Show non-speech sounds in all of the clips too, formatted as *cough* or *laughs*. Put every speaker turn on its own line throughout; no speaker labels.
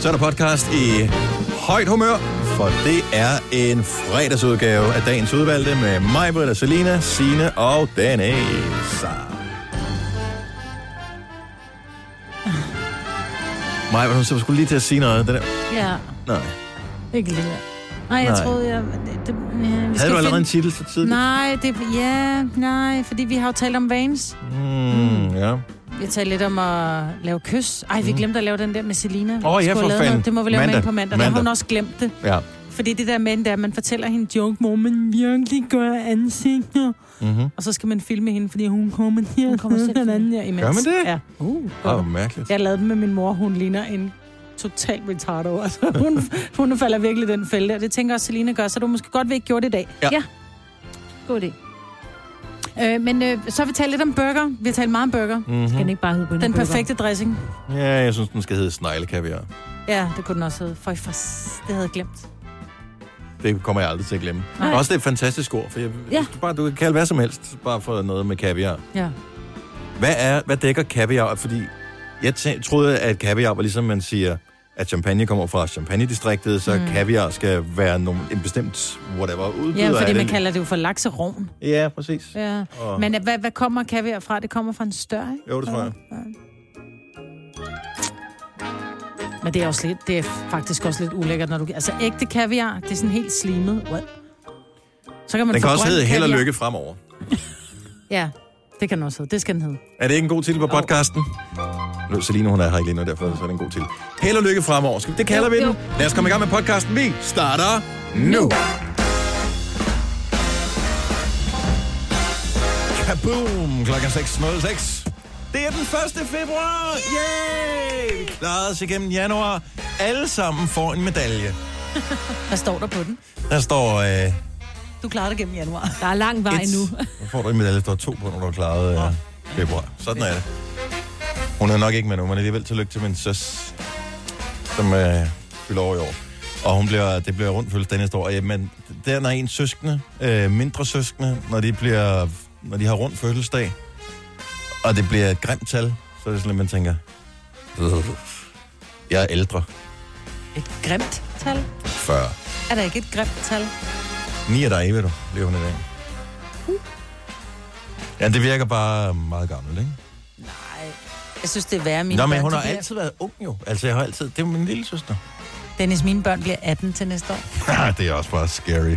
Så er der podcast i højt humør, for det er en fredagsudgave af dagens udvalgte med mig, Britta, Selina, Sine og Dennis. Maja, hun så skulle lige til at sige noget. Den der...
Ja,
Nej.
ikke lige. Nej, jeg
Nej.
troede, jeg... Det, det, ja, vi
Havde
skal
du allerede
finde-
en titel så tidligt?
Nej, det, ja, nej, fordi vi har jo talt om Vans.
Mm, ja.
Vi har talt lidt om at lave kys. Ej, vi glemte at lave den der med Selina. Vi
Mm. Åh, ja,
skulle
for
have lavet
fanden.
noget. Det må vi lave
Mandag.
mandag. med hende på mandag. mandag. Der har
Mandag.
hun også glemt det.
ja.
Fordi det der med, det er, at man fortæller hende en joke, hvor man virkelig gør ansigter.
Mm-hmm.
Og så skal man filme hende, fordi hun kommer her. Hun
kommer selv
den
til.
anden her imens.
Gør man det?
Ja. Uh,
Åh, mærkeligt.
Jeg lavede den med min mor. Hun ligner en total retardo. Altså, *laughs* hun, hun falder virkelig i den fælde. Og det tænker jeg også, Selina gør, så du måske godt ved ikke gjorde det i dag.
God idé.
Øh, men øh, så har vi talt lidt om burger. Vi har talt meget om burger.
Skal den
Mm-hmm.
ikke bare hedde
Den
bønneburger?
perfekte dressing.
Ja, jeg synes, den skal hedde sneglekaviar.
Ja, det kunne den også hedde. For, for s- det havde jeg glemt.
Det kommer jeg aldrig til at glemme.
Nej.
Nej. Også det er et fantastisk ord, for jeg,
Ja.
ja. bare, du kan kalde hvad som helst, bare for noget med kaviar.
Ja.
Hvad, er, hvad dækker kaviar? Fordi jeg tæ- troede, at kaviar var ligesom man siger, at champagne kommer fra champagne-distriktet, så mm. kaviar skal være nogen, en bestemt whatever udbyder
Ja, fordi
af
man
det.
kalder det jo for lakserovn.
Ja, præcis.
Ja.
Og, Men...
Men øh, hvad, hvad kommer kaviar fra? Det kommer fra en større, ikke?
Jo, det tror jeg.
Ja. Men det er, også lidt, det er faktisk også lidt ulækkert, når du... Altså ægte kaviar, det er sådan helt slimet. What? Så kan man
Den
få
kan også
grøn
hedde held og
kaviar.
lykke fremover.
Ja, det kan den også hedde. Det skal den hedde.
Er det ikke en god titel på podcasten? Nu, Selina, hun er her ikke lige nu, derfor så er det en god titel. Held og lykke fremover. Skal vi, det kalder
Jo,
vi
jo.
den. Lad os komme i gang med podcasten. Vi starter nu. Kaboom! Klokken er 6.06. Det er den 1. februar! Yay! Vi klarede os igennem januar. Alle sammen får en medalje.
Hvad står der på den?
Der står... Øh,
Du klarer det gennem januar.
Der er lang vej
et.
nu.
Nu får du en medalje, der er to på, når du har klaret øh, februar. Sådan er det. Hun er nok ikke med nu, men alligevel tillykke til min søs, som øh, fylder over i år. Og hun bliver, det bliver rundt fødselsdag næste år. Ja, men der, når ens søskende, øh, mindre søskende, når de, bliver, når de har rundt fødselsdag, og det bliver et grimt tal, så er det sådan, at man tænker, "Øh, jeg er ældre,
Et grimt tal?
40.
Er der ikke et grimt tal?
Ni af dig, ved du, bliver hun i dag.
Uh.
Ja, det virker bare meget gammelt, ikke?
Nej. Jeg synes, det er værre, mine
Nå, men
børn,
hun
de
har
bliver-
altid været ung jo. Altså, jeg har altid... Det er min lille søster.
Dennis, mine børn bliver 18 til næste år.
*laughs* det er også bare scary. Og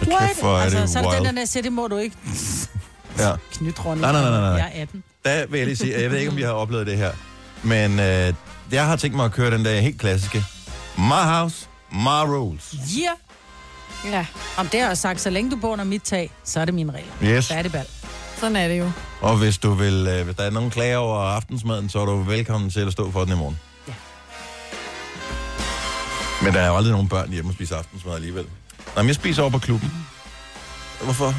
kæft, hvor er
altså,
det
så er det den
wild.
der, der siger, det må du ikke.
Ja.
Knytrunde.
Nej, nej, nej, nej, nej.
Jeg er 18.
Der vil jeg lige sige, at jeg ved ikke, om vi har oplevet det her, men øh, jeg har tænkt mig at køre den der helt klassiske. My house, my rules.
Ja. Yeah.
Ja,
Om det har jeg sagt, så længe du bor under mit tag, så er det mine regler.
Yes.
Så er det bal.
sådan er det jo.
Og hvis du vil, øh, hvis der er nogen klager over aftensmaden, så er du velkommen til at stå for den i morgen.
Ja.
Men der er jo aldrig nogen børn hjemme og spiser aftensmad alligevel. Nej, men jeg spiser over på klubben. Hvorfor?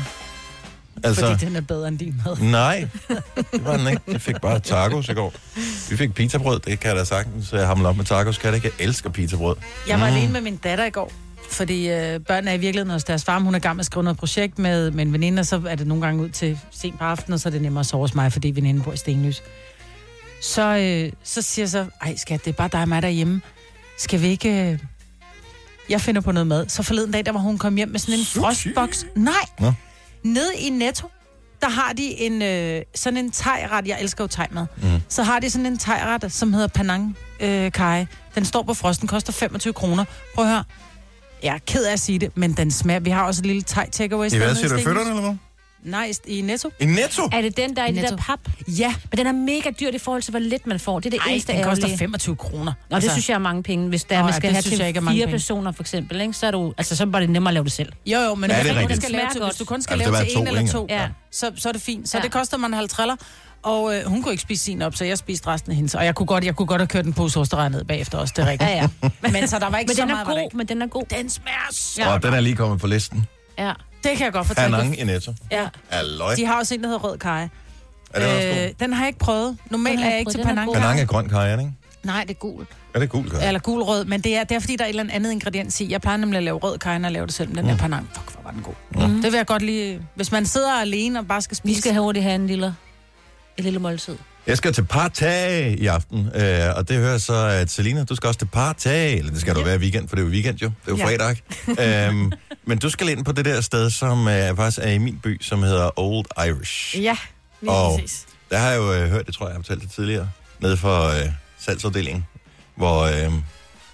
Altså... Fordi den er bedre end din mad.
Nej, det var den ikke. Jeg fik bare tacos i går. Vi fik pizzabrød, det kan jeg da sagtens øh, hamle op med tacos. Kan jeg da ikke? Jeg elsker pizzabrød.
Jeg
Ah.
var mm. alene med min datter i går, fordi øh, børnene er i virkeligheden hos deres far. men Hun er i gang med at skrive noget projekt med, med en veninde, og så er det nogle gange ud til sent på aftenen, og så er det nemmere at sove hos mig, fordi veninden bor i Stenløs. Så, øh, så siger jeg så, ej skat, det er bare dig og mig derhjemme. Skal vi ikke... Øh... Jeg finder på noget mad. Så forleden dag, der var hun kom hjem med sådan en frostboks. Nej!
Nå.
Nede i Netto, der har de en, øh, sådan en tegret. Jeg elsker jo tegmad.
Mhm.
Mm. Så har de sådan en tegret, som hedder Panang øh, Kai. Den står på frosten, koster 25 kroner. Prøv at høre. Jeg er ked af at sige det, men den smager. Vi har også et lille thai takeaway.
I
sted
hvad
nede
siger du, i
Stenløse.
fødderne eller hvad?
Nej, nice, i Netto.
I Netto?
Er det den, der er i det
Netto.
der pap?
Ja,
Men den er mega dyr i forhold til, hvor lidt man får. Det er det
Ej,
eneste
den koster
ærgerlige.
25 kroner. Altså,
Nå, det synes jeg er mange penge, hvis der,
Nå,
man
ja,
skal
det
have
synes
til
jeg ikke er mange
fire
penge.
personer for eksempel, ikke? så er du, altså, så var det nemmere at lave det selv.
Jo, jo, men
Ja,
ja,
det er
det
rigtigt.
hvis, du skal lave
Smager
til,
godt.
hvis du kun skal
Ja,
lave
hvis
til
det
en
var to,
eller
ikke?
to,
Ja.
ja. så, så er det fint. Så
Ja.
det koster man 50 triller, og øh, hun kunne ikke spise sin op, så jeg spiste resten af hendes. Og jeg kunne godt, jeg kunne godt have kørt en pose osterrej ned bagefter også, det er rigtigt.
Ja, ja.
*laughs* Men så der var ikke
Men
så
den er
meget, var der
god,
ikke.
men den er god.
Den smager så.
Ja. Og den er lige kommet på listen.
Ja.
Det kan jeg godt fortælle.
Panang i Netto.
Ja.
Halløj.
De har også en, der hedder rød kage.
Er det også god?
den har jeg ikke prøvet. Normalt
Den
er
har
jeg
jeg
ikke
prøvet.
til
Den er
panang.
god.
Panang er grøn kajerne, ikke?
Nej, det er gul.
Er det gul kajerne?
Eller gulrød, men det er, det er fordi, der er et eller andet ingrediens i. Jeg plejer nemlig at lave rød kage, når jeg laver det selv, men den mm. er panang. Fuck, hvor var den god. Mm. Det vil jeg godt lige... Hvis man sidder alene og bare skal
Vi
spise...
skal hurtigt have en lille, en lille måltid.
Jeg skal til partag i aften, øh, og det hører så, at Selina, du skal også til partag, eller det skal du være i weekend, for det er jo weekend jo, det er jo
Ja.
fredag.
*laughs*
ikke? øhm, men du skal ind på det der sted, som øh, faktisk er i min by, som hedder Old Irish.
Ja, lige
Og-
præcis.
Der har jeg jo øh, hørt, det tror jeg, jeg har fortalt det tidligere, nede for øh, salgsafdelingen, hvor øh,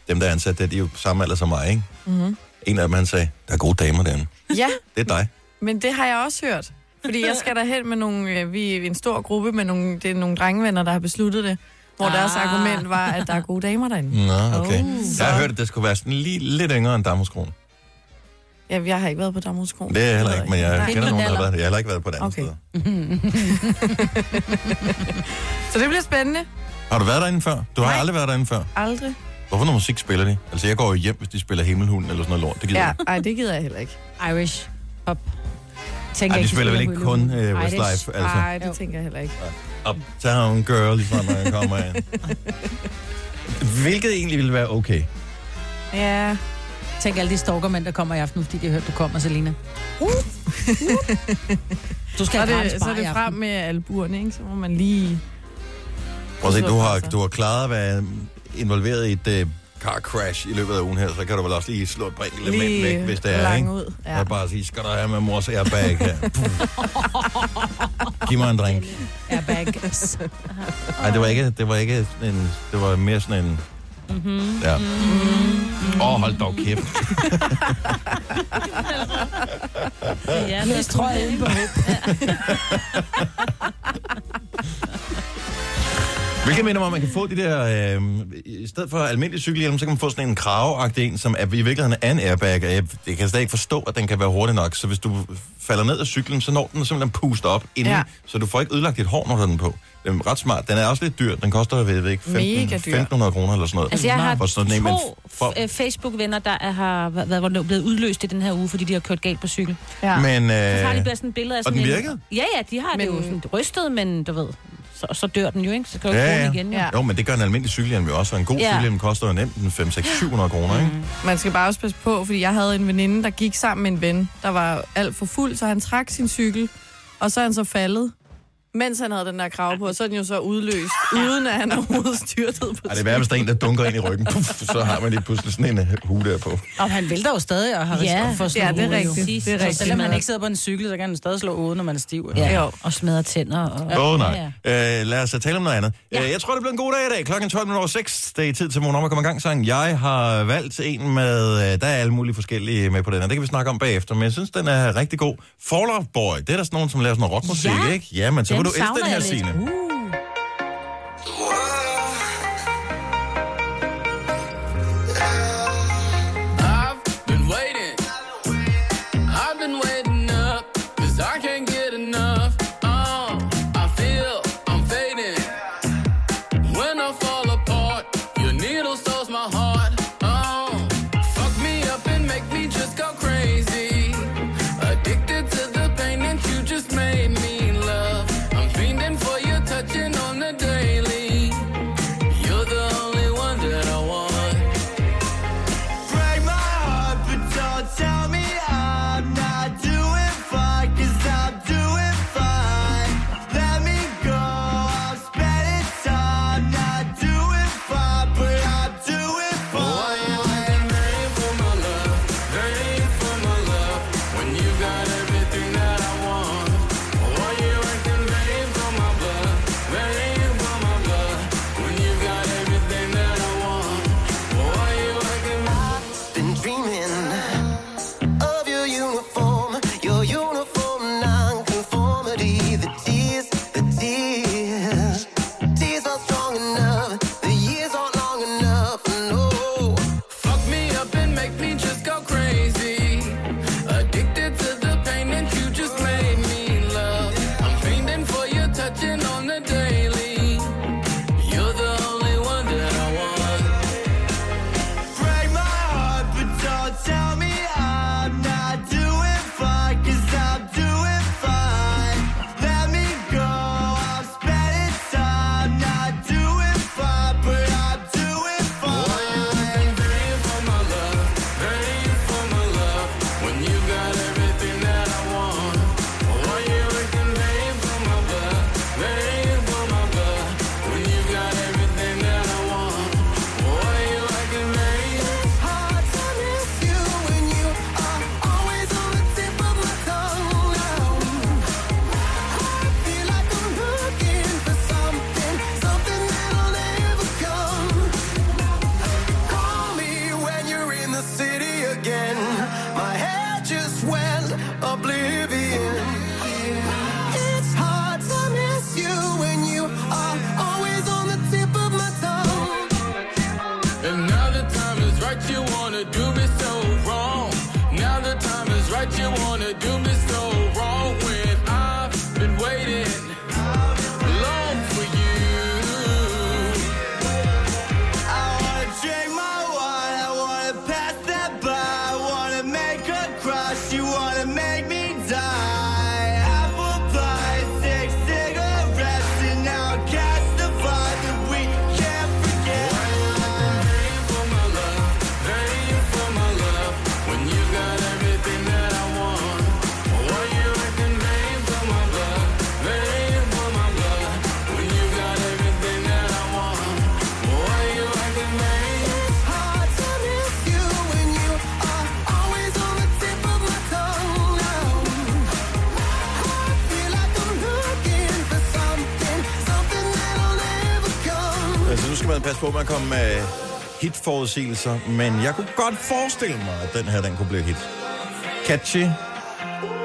dem, der er ansat der, de er jo på samme alder som mig, ikke?
Mhm.
Mm-hmm.
En af dem, han sagde, der er gode damer derinde.
*laughs* Ja,
Det er dig.
men det har jeg også hørt. Fordi jeg skal derhen med nogle, øh, vi er en stor gruppe, med nogle, det er nogle drengevenner, der har besluttet det. Hvor ah. deres
Ah.
argument var, at der er gode damer derinde.
Nå, okay.
Oh.
Jeg har hørt, at det skulle være sådan lige lidt yngre end Damhuskron.
Ja, jeg har ikke været på Damhuskron.
Det er jeg heller ikke, men jeg
Nej.
kender
min
nogen, der har
alder.
været der. Jeg har heller ikke været på det andet okay.
Okay.
sted.
*laughs* Så det bliver spændende.
Har du været derinde før? Du har Nej.
Nej.
aldrig været derinde før.
Aldrig.
Hvorfor noget musik spiller de? Altså, jeg går jo hjem, hvis de spiller Himmelhunden eller sådan noget lort. Det gider
Ja,
jeg.
ej, det gider jeg heller ikke.
Irish pop. Tænker
Ej,
jeg
de spiller vel
spiller
ikke
Hulu.
kun øh,
Ej, det er-
Westlife, altså.
Nej, det
Jo.
tænker jeg heller ikke.
Uptown Girl, lige snart, når jeg kommer
*laughs*
ind. Hvilket egentlig ville være okay.
Ja,
Tænk alle de stalkermænd, der kommer i aften, fordi de har hørt, du
*laughs*
kommer, Selina. du
så
skal
er
have gratis
det, så
bar
er
i
det frem
aften.
med albuerne, ikke? Så må man lige...
Prøv at se, du har,
Altså.
du har klaret at være involveret i et øh, car crash i løbet af ugen her, så kan du vel også lige slå et par enkelte mænd væk, hvis det er,
lang
ikke?
ud.
Ja.
Ja.
Og bare sige, skal du have med mors airbag her? Puh. Giv mig en drink.
*laughs*
Airbags.
Nej, det var ikke, det var ikke sådan en, det var mere sådan en,
Mm-hmm.
ja. Åh, oh, hold dog kæft.
Ja,
Jeg tror, jeg er inde på Hope.
Hvilket minder mig, om, man kan få de der, øh, i stedet for almindelig cykelhjelm, så kan man få sådan en kraveagtig en, som er, i virkeligheden er en airbag, og jeg, jeg kan slet ikke forstå, at den kan være hurtig nok. Så hvis du falder ned af cyklen, så når den simpelthen puster op inden, ja.
Ja.
så du får ikke ødelagt dit hår, når du har den på. Den er ret smart. Den er også lidt dyr. Den koster, jeg ved ikke, 15,
Mega dyr.
1500 kroner eller sådan noget.
Altså, jeg har
For sådan en, men
to
for-
f- øh, Facebook-venner, der er, har været, været blevet udløst i den her uge, fordi de har kørt galt på cykel.
Ja.
Men,
Så har de
øh,
bare sådan et billede af
og
sådan
den
en-
virkede?
Ja, ja, de har men... det jo
Men-
sådan rystet, men du ved, så, så dør den jo, ikke? Så kan du
Ja,
ikke bruge den
ja.
igen, jo.
Ja.
jo, men det gør en almindelig cykelhjelm jo også, og en god
Ja. Mm.
cykelhjelm koster jo nemt en 5, 6, 700 kroner, ikke?
Man skal bare også passe på, fordi jeg havde en veninde, der gik sammen med en ven, der var alt for fuld, så han trak sin cykel, og så er han så faldet, mens han havde den der krav på, og så er den jo så udløst, uden at han overhovedet styrtede på
Ej, det er værre, hvis der er en, der dunker ind i ryggen. Puff, så har man lige pludselig sådan en øh, hue der på.
Og han vælter jo stadig og har
Ja,
risiko for at slå
ja, det er
hovedet, jo.
rigtigt.
Præcis.
Det er
Så
rigtigt.
Selvom han ikke sidder på en cykel, så kan han stadig slå hovedet, når man er stiv.
Ja,
Jo.
og smadrer tænder. Og...
Åh, oh, nej.
Ja.
Øh, lad os øh, tale om noget andet. Ja. Øh, jeg tror, det bliver en god dag i dag. Klokken 12.06. Det er tid til morgen at komme i gang sang. Jeg har valgt en med... Øh, der er alle mulige forskellige med på den, og det kan vi snakke om bagefter. Men jeg synes, den er rigtig god. Fall Out Boy. Det er der sådan nogen, som laver sådan noget rockmusik,
Ja.
ikke? Ja, men så kan du
Den
elske den
savner
her,
jeg lidt.
Signe.
I've been waiting. I've been waiting up, cause I can't get enough. Um, I feel I'm fading. When I fall apart, your needle stores my heart. Um, fuck me up and make me just go crazy. Addicted to the pain that you just made me love. I'm fiending for your touch.
oblivion. It's hard to miss you when you are always on the tip of my tongue.
And now the time is right, you wanna do me so wrong. Now the time is right, you wanna do me so wrong. When I've been waiting long for you.
I wanna drink my wine, I wanna pass that by, I wanna make her cry, she wanna make me die. Apple pie, six cigarettes, and now I catch the vibe that we can't forget.
for my love, thank you for my love. When you got everything that I want, why you acting vain for my love, vain for my love? When you got everything that I want, why you acting vain?
It's hard to miss you when you are always on the tip of my tongue. I feel like I'm looking for something, something that'll never come.
Altså, nu skal man passe på med at komme med hitforudsigelser, men jeg kunne godt forestille mig, at den her, den kunne blive hit. Catchy,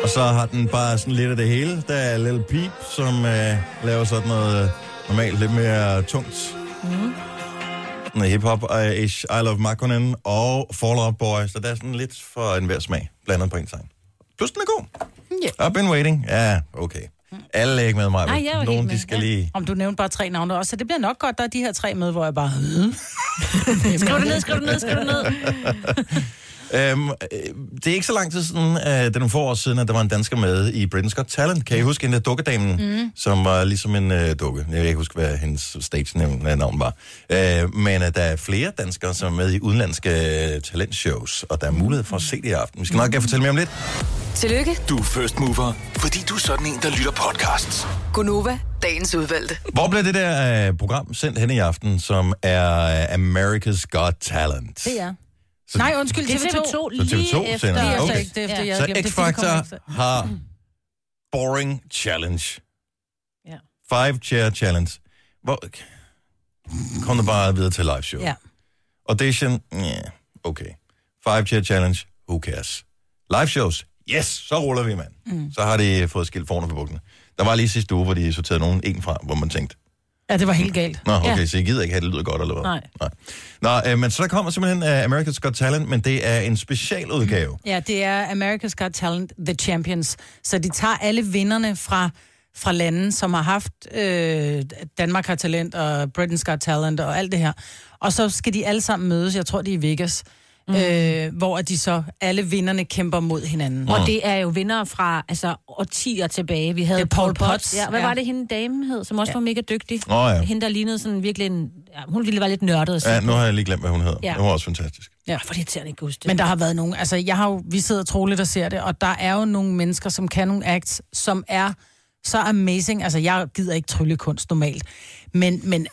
og så har den bare sådan lidt af det hele. Der er Lil Peep, som øh, laver sådan noget øh, normalt lidt mere tungt. Mm. Hip-hop-ish, I Love Makonnen og Fall Out Boy, så der er sådan lidt for enhver smag blandet på en sang. Plus den er god. Yeah. I've been waiting. Ja, okay. Alle er ikke med mig.
Nej, jeg er jo helt
Nogen,
med,
de skal
ja.
lige...
Om du nævnte bare tre navne også, så det bliver nok godt, der er de her tre med, hvor jeg *laughs* bare... Øh.
Skriv det ned, skriv det ned, skriv det ned.
Øhm, øh, det er ikke så lang tid siden, øh, det er nogle få år siden, at der var en dansker med i Britain's Got Talent. Kan I huske hende der dukkedamen, mm. som var ligesom en øh, dukke? Jeg kan ikke huske, hvad hendes stage name, øh, navn var. Øh, men øh, der er flere danskere, som er med i udenlandske øh, talentshows, og der er mulighed for at se det i aften. Vi skal nok øh, fortælle mere om lidt.
Tillykke,
Du er first mover, fordi du er sådan en, der lytter podcasts.
Gunova, dagens udvalgte.
Hvor bliver det der øh, program sendt hen i aften, som er øh, America's Got Talent?
Det er. Nej, undskyld,
Det er
TV2.
TV2
Så
lige
TV2
efter.
sender
Det
det.
er
Okay.
okay. ikke det, efter
Ja.
jeg
Så
havde glemt det, for det kommer ikke til.
X-Factor har Boring Challenge.
Ja.
Five Chair Challenge. Hvor... Kom nu bare videre til live show.
Ja.
Audition, yeah, okay. Five Chair Challenge, who cares? Live shows, yes, så ruller vi, mand. Mm. Så har de fået skilt forne på bukkene. Der var lige sidste uge, hvor de sorterede nogen en fra, hvor man tænkte,
ja, det var helt galt.
Nå, okay, ja.
Ja.
så I gider ikke have, det lyder godt, eller hvad?
Nej.
Nej. Nå, øh, men så der kommer simpelthen uh, America's Got Talent, men det er en specialudgave.
Ja, det er America's Got Talent, The Champions. Så de tager alle vinderne fra, fra lande, som har haft øh, Danmark har talent, og Britain's Got Talent, og alt det her. Og så skal de alle sammen mødes, jeg tror, det er i Vegas, mm.
Mhm.
øh, hvor at de så, alle vinderne kæmper mod hinanden. Mm.
Og det er jo vinder fra altså, årtier tilbage. Vi havde
Det er Paul Potts.
Ja, hvad
Ja.
var det, hende dame hed, som også ja. var mega dygtig?
Åh, ja.
Hende, der lignede sådan virkelig en... Ja, hun ville være lidt nørdet at sige.
Ja,
Ja.
nu
*laughs*
har jeg lige glemt, hvad hun hedder. Ja.
Ja.
Det var også fantastisk.
Ja, for det irriterende ikke huske det.
Men der har været nogen, altså jeg har jo, vi sidder troligt og ser det, og der er jo nogle mennesker, som kan nogle acts, som er så amazing. Altså jeg gider ikke tryllekunst normalt, men, men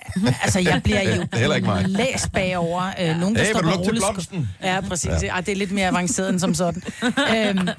altså jeg
*laughs*
bliver jo
er heller ikke mig.
*laughs* læst bagover. Øh, nogen, der
Hey,
står
vil du
på
lugte til
rullesko-
blomsten?
Ja, præcis. Ja. Ej, det er lidt mere avanceret end som
*laughs*
sådan. øhm,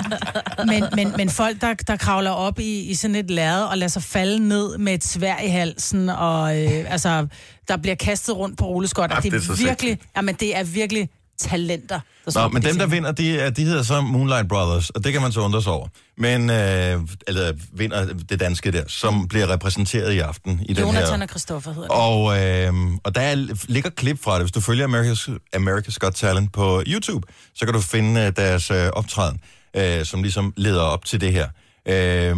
men, men, men folk, der, der kravler op i, i sådan et lærred og lader sig falde ned med et svær i halsen, og øh, altså, der bliver kastet rundt på rulleskot,
Ej,
og det
det er så
er virkelig, jamen, det er virkelig talenter. Der står
Nå,
på
men
det
dem, der
scene.
vinder, de, er- de hedder så Moonlight Brothers, og det kan man så undre sig over. Men, øh, eller vinder det danske der, som bliver repræsenteret i aften i den
Jonathan
her.
og Christoffer hedder det.
Og, øh, og der er, ligger klip fra det. Hvis du følger America's, America's Got Talent på YouTube, så kan du finde øh, deres øh, optræden, øh, som ligesom leder op til det her. Øh,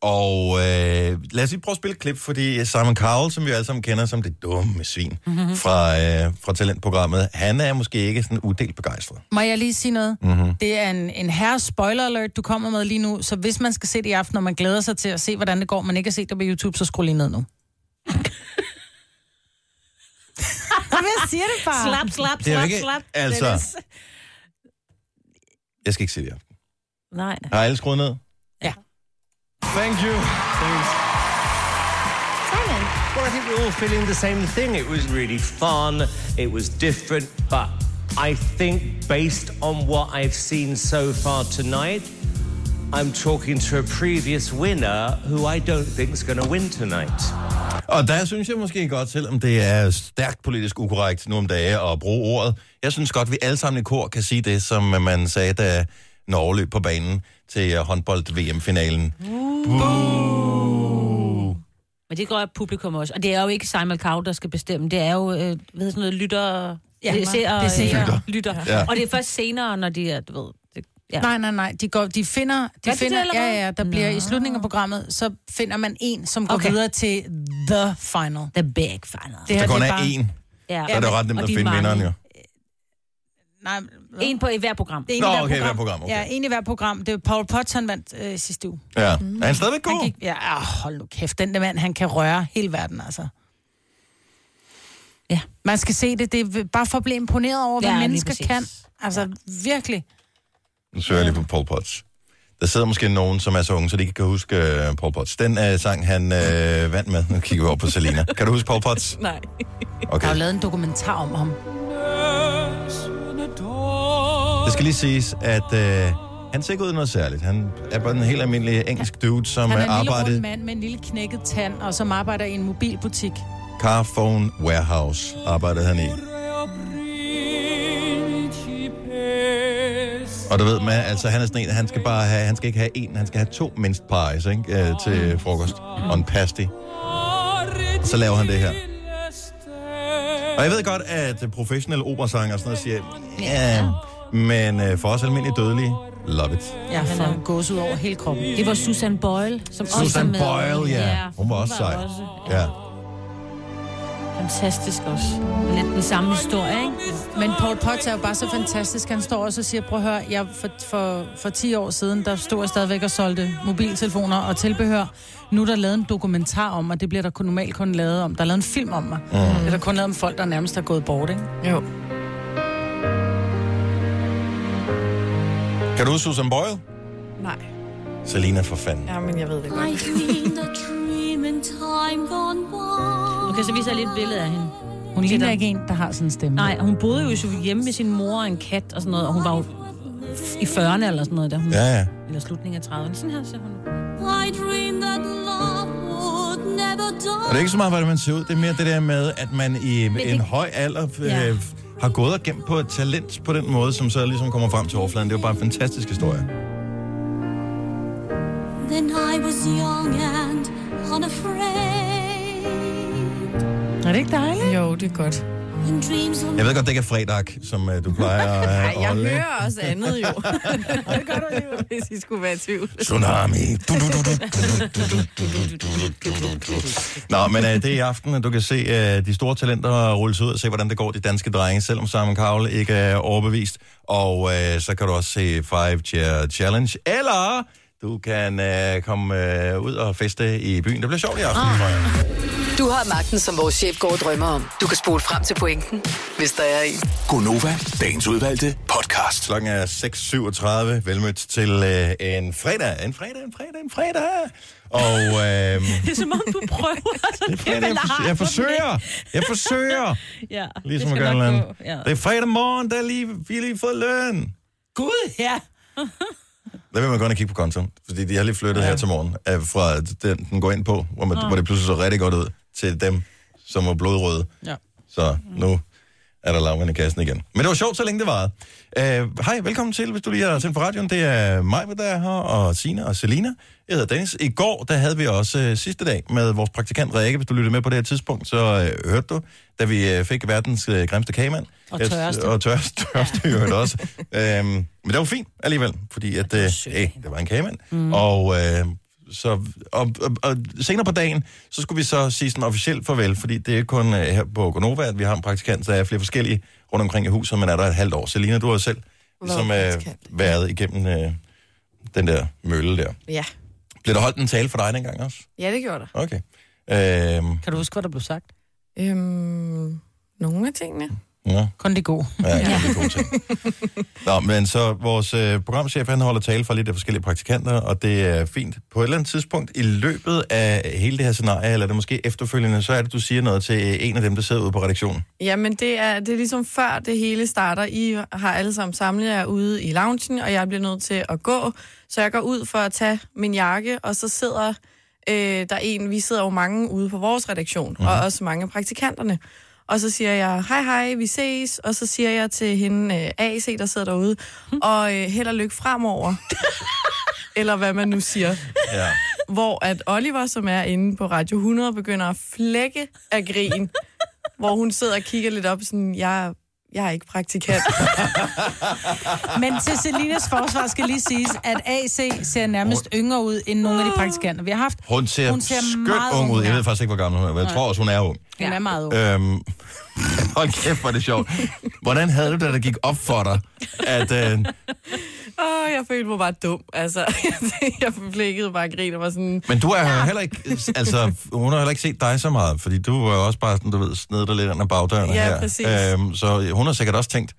og øh, lad os lige prøve at spille et klip, fordi Simon Cowell, som vi alle sammen kender som det dumme svin
Mhm.
mm-hmm. fra, øh, fra talentprogrammet, han er måske ikke sådan uddelt begejstret.
Må jeg lige sige noget?
Mm.
Mm-hmm. Det er en, en herre spoiler alert, du kommer med lige nu, så hvis man skal se det i aften, og man glæder sig til at se, hvordan det går, man ikke har set det på YouTube, så skru lige ned nu. Jamen, jeg siger det bare.
Slap, slap,
Det er jo
slap,
ikke-
slap.
altså-
Dennis.
Jeg skal ikke se det i aften.
Nej.
Har alle skruet ned?
Ja.
Thank you. Thanks. Well, I think we're all feeling the same thing. It was really fun. It was different, but I think based on what I've seen so far tonight, I'm talking to a previous winner who I don't think is going to win tonight.
Og der synes jeg måske godt, selvom det er stærkt politisk ukorrekt nu om dage at bruge ordet, jeg synes godt, vi alle sammen i kor kan sige det, som man sagde, da Norge løb på banen til øh,
Mm.
håndbold-VM-finalen.
Men det går af publikum også. Og det er jo ikke Simon Cow, der skal bestemme. Det er jo, øh, hvad hedder sådan noget, lytter...
Ja,
det ser,
det er seere.
lytter. lytter.
Ja.
Ja. Og det er først senere, når de er, du ved... Det, ja.
Nej, nej, nej. De, går, de finder... De
Gør de
finder
det, eller
ja,
hvad?
ja, der bliver i slutningen af programmet, så finder man en, som går
Okay.
videre til the final.
The big final.
Det
Der
her,
kun
det
er én,
ja.
så er det jo ret nemt
Og
at
de er
finde
mange.
vinderen jo.
Nej,
En på i hver program.
det er en
Nå,
i hvert
okay,
program.
hver program, okay.
Ja, en i hver program. Det er Paul Potts, han vandt øh, sidste uge.
Ja.
Mm.
Er han stadigvæk
Han
god?
gik, ja, ah, hold nu kæft. Den der mand, han kan røre hele verden, altså.
Ja.
Man skal se det. Det er v- bare for at blive imponeret over, hvad
Ja, lige
mennesker
præcis.
kan. Altså, virkelig.
Nu søger jeg lige på Paul Potts. Der sidder måske nogen, som er så unge, så de ikke kan huske øh, Paul Potts. Den øh, sang, han øh, vandt med. Nu kigger vi over på Selina. Kan du huske Paul Potts?
Nej.
Der er
Okay.
jo lavet en dokumentar om ham.
Det skal lige siges, at øh, han ser ikke ud i noget særligt. Han er bare en helt almindelig engelsk dude, som
Han er en lille
arbejdede
rund mand med en lille knækket tand, og som arbejder i en mobilbutik.
Carphone Warehouse arbejdede han i. Og du ved, man, altså, han er sådan en, han skal bare have, han skal ikke have en, han skal have to mindst pies ikke, øh, til frokost. Og en pasty. Og så laver han det her. Og jeg ved godt, at professionelle operasanger og sådan noget siger, ja, men øh, for os almindelige dødelige, love it.
Ja, han er gås ud over hele kroppen.
Det var Susan Boyle, som også er
Susan
med.
Boyle, ja. Hun var også sej.
også
Ja.
Fantastisk også. Lidt den samme historie, ikke?
Men Paul Potts er jo bare så fantastisk. Han står også og siger, prøv at høre, jeg for, for, for 10 år siden, der stod jeg stadigvæk og solgte mobiltelefoner og tilbehør. Nu er der lavet en dokumentar om mig. Det bliver der kun normalt kun lavet om. Der er lavet en film om mig. Mm. Det er der kun lavet om folk, der nærmest er gået bort, ikke?
Mhm. Jo.
Kan du huske Susan Boyle?
Nej.
Selina for fanden.
Ja, men jeg ved det godt.
Okay, så viser jeg lidt et billede af hende.
Hun ligner ikke en, der har sådan en stemme.
Nej, og hun boede jo i Sofie hjemme med sin mor og en kat og sådan noget, og hun var jo i 40'erne eller sådan noget, da hun,
Ja, ja.
eller slutningen af 30'erne. Sådan her ser hun. ud.
Og det er ikke så meget, hvordan man ser ud. Det er mere det der med, at man i en
det-
høj alder øh,
Ja.
har gået og gemt på et talent på den måde, som så ligesom kommer frem til overfladen. Det er jo bare en fantastisk historie.
Then I was young and unafraid.
Er det ikke dejligt?
Jo, det er godt.
And dreams of
Jeg ved godt, det ikke er fredag, som øh, du plejer
*laughs*
at
Ej, jeg
holde. ikke?
hører også andet
*laughs*
jo. det gør du jo. Hvis I skulle være i tvivl.
Tsunami. Du, du, du, du, du, du, du, du, du, du, du, du, du. Nå, men øh, det er i aften, at du kan se øh, de store talenter rulles ud og se, hvordan det går de danske drenge, selvom Simon Cowell ikke er overbevist. Og øh, så kan du også se Five Chair Challenge, eller du kan øh, komme øh, ud og feste i byen. Det bliver sjovt i aften, tror jeg.
Du har magten, som vores chef går og drømmer om. Du kan spole frem til pointen, hvis der er en.
Gonova, dagens udvalgte podcast.
Klokken er 6.37. Velmødt til øh, en fredag. En fredag, en fredag, en fredag. Og øh,
Det er som om, du prøver. Så
det er fredag, jeg, forsøger, jeg forsøger. Jeg forsøger.
*laughs* Ja,
Ligesom
det
at gøre
skal nok
noget
gå,
andet.
Ja.
Det er fredag morgen, der er lige, vi har lige fået løn.
Gud, ja.
*laughs* Der vil man godt at kigge på kontoen, fordi de har lige flyttet ja. her til morgen, øh, fra den, den går ind på, hvor, man, hvor det pludselig så rigtig godt ud, til dem, som var blodrøde.
Ja.
Så nu er der lavvand i kassen igen. Men det var sjovt, så længe det varede. Øh, Hej, velkommen til, hvis du lige har tændt på radioen. Det er mig, der er her, og Sina og Selina. Jeg hedder Dennis. I går, der havde vi også øh, sidste dag med vores praktikant Rikke. Hvis du lyttede med på det her tidspunkt, så øh, hørte du, da vi øh, fik verdens øh, grimmeste kagemand.
Og
Jeg-
tørreste.
Og tørste, tørste ja. hørte også. Øhm, men det var fint alligevel, fordi at, øh, øh, det var en kagemand. Mm. Og øh, så og, og, og senere på dagen, så skulle vi så sige sådan officielt farvel, fordi det er ikke kun øh, her på Gonova, at vi har en praktikant, der er flere forskellige rundt omkring i huset, men er der et halvt år. Selina, du har selv ligesom, øh,
praktikant.
været igennem øh, den der mølle der.
Ja.
Blev der holdt en tale for dig dengang også?
Ja, det gjorde der.
Okay. Øhm,
Kan du huske, hvad der blev sagt?
Øhm, nogle af tingene.
ja.
Kun det gode.
Ja, ja. det er gode ting. Nå, men så vores øh, programchef, han holder tale for lidt af forskellige praktikanter, og det er fint. På et eller andet tidspunkt i løbet af hele det her scenarie, eller det er måske efterfølgende, så er det, du siger noget til en af dem, der sidder ude på redaktionen.
Jamen, det er, det er ligesom før det hele starter. I har alle sammen samlet jer ude i loungen, og jeg bliver nødt til at gå. Så jeg går ud for at tage min jakke, og så sidder øh, der en, vi sidder jo mange ude på vores redaktion, mm-hmm. og også mange af praktikanterne. Og så siger jeg, hej hej, vi ses. Og så siger jeg til hende, øh, AC, der sidder derude, og øh, held og lykke fremover. Eller hvad man nu siger.
Ja.
Hvor at Oliver, som er inde på Radio 100, begynder at flække af
*laughs*
grin. hvor hun sidder og kigger lidt op, sådan, jeg, jeg er ikke
*laughs*
praktikant.
Men til Selinas forsvar skal lige siges, at AC ser nærmest yngre ud end nogle af de praktikanter, vi har haft.
Hun ser, hun ser skønt ung ud. Jeg ved faktisk ikke, hvor gammel hun er, men jeg
Nej.
tror også, hun er ung.
Hun er meget
Øh.
ung.
Øhm, *laughs* hold kæft, hvor er det sjovt. Hvordan havde du det, da det gik op for dig, at øh,
Åh, jeg følte mig bare dum. Altså, *laughs* jeg flækkede bare grin og var sådan...
Men du er jo heller ikke, altså, hun har heller ikke set dig så meget, fordi du var jo også bare sådan, du ved, sned dig lidt under bagdøren
Ja,
her.
præcis.
Øhm, så hun har sikkert også tænkt,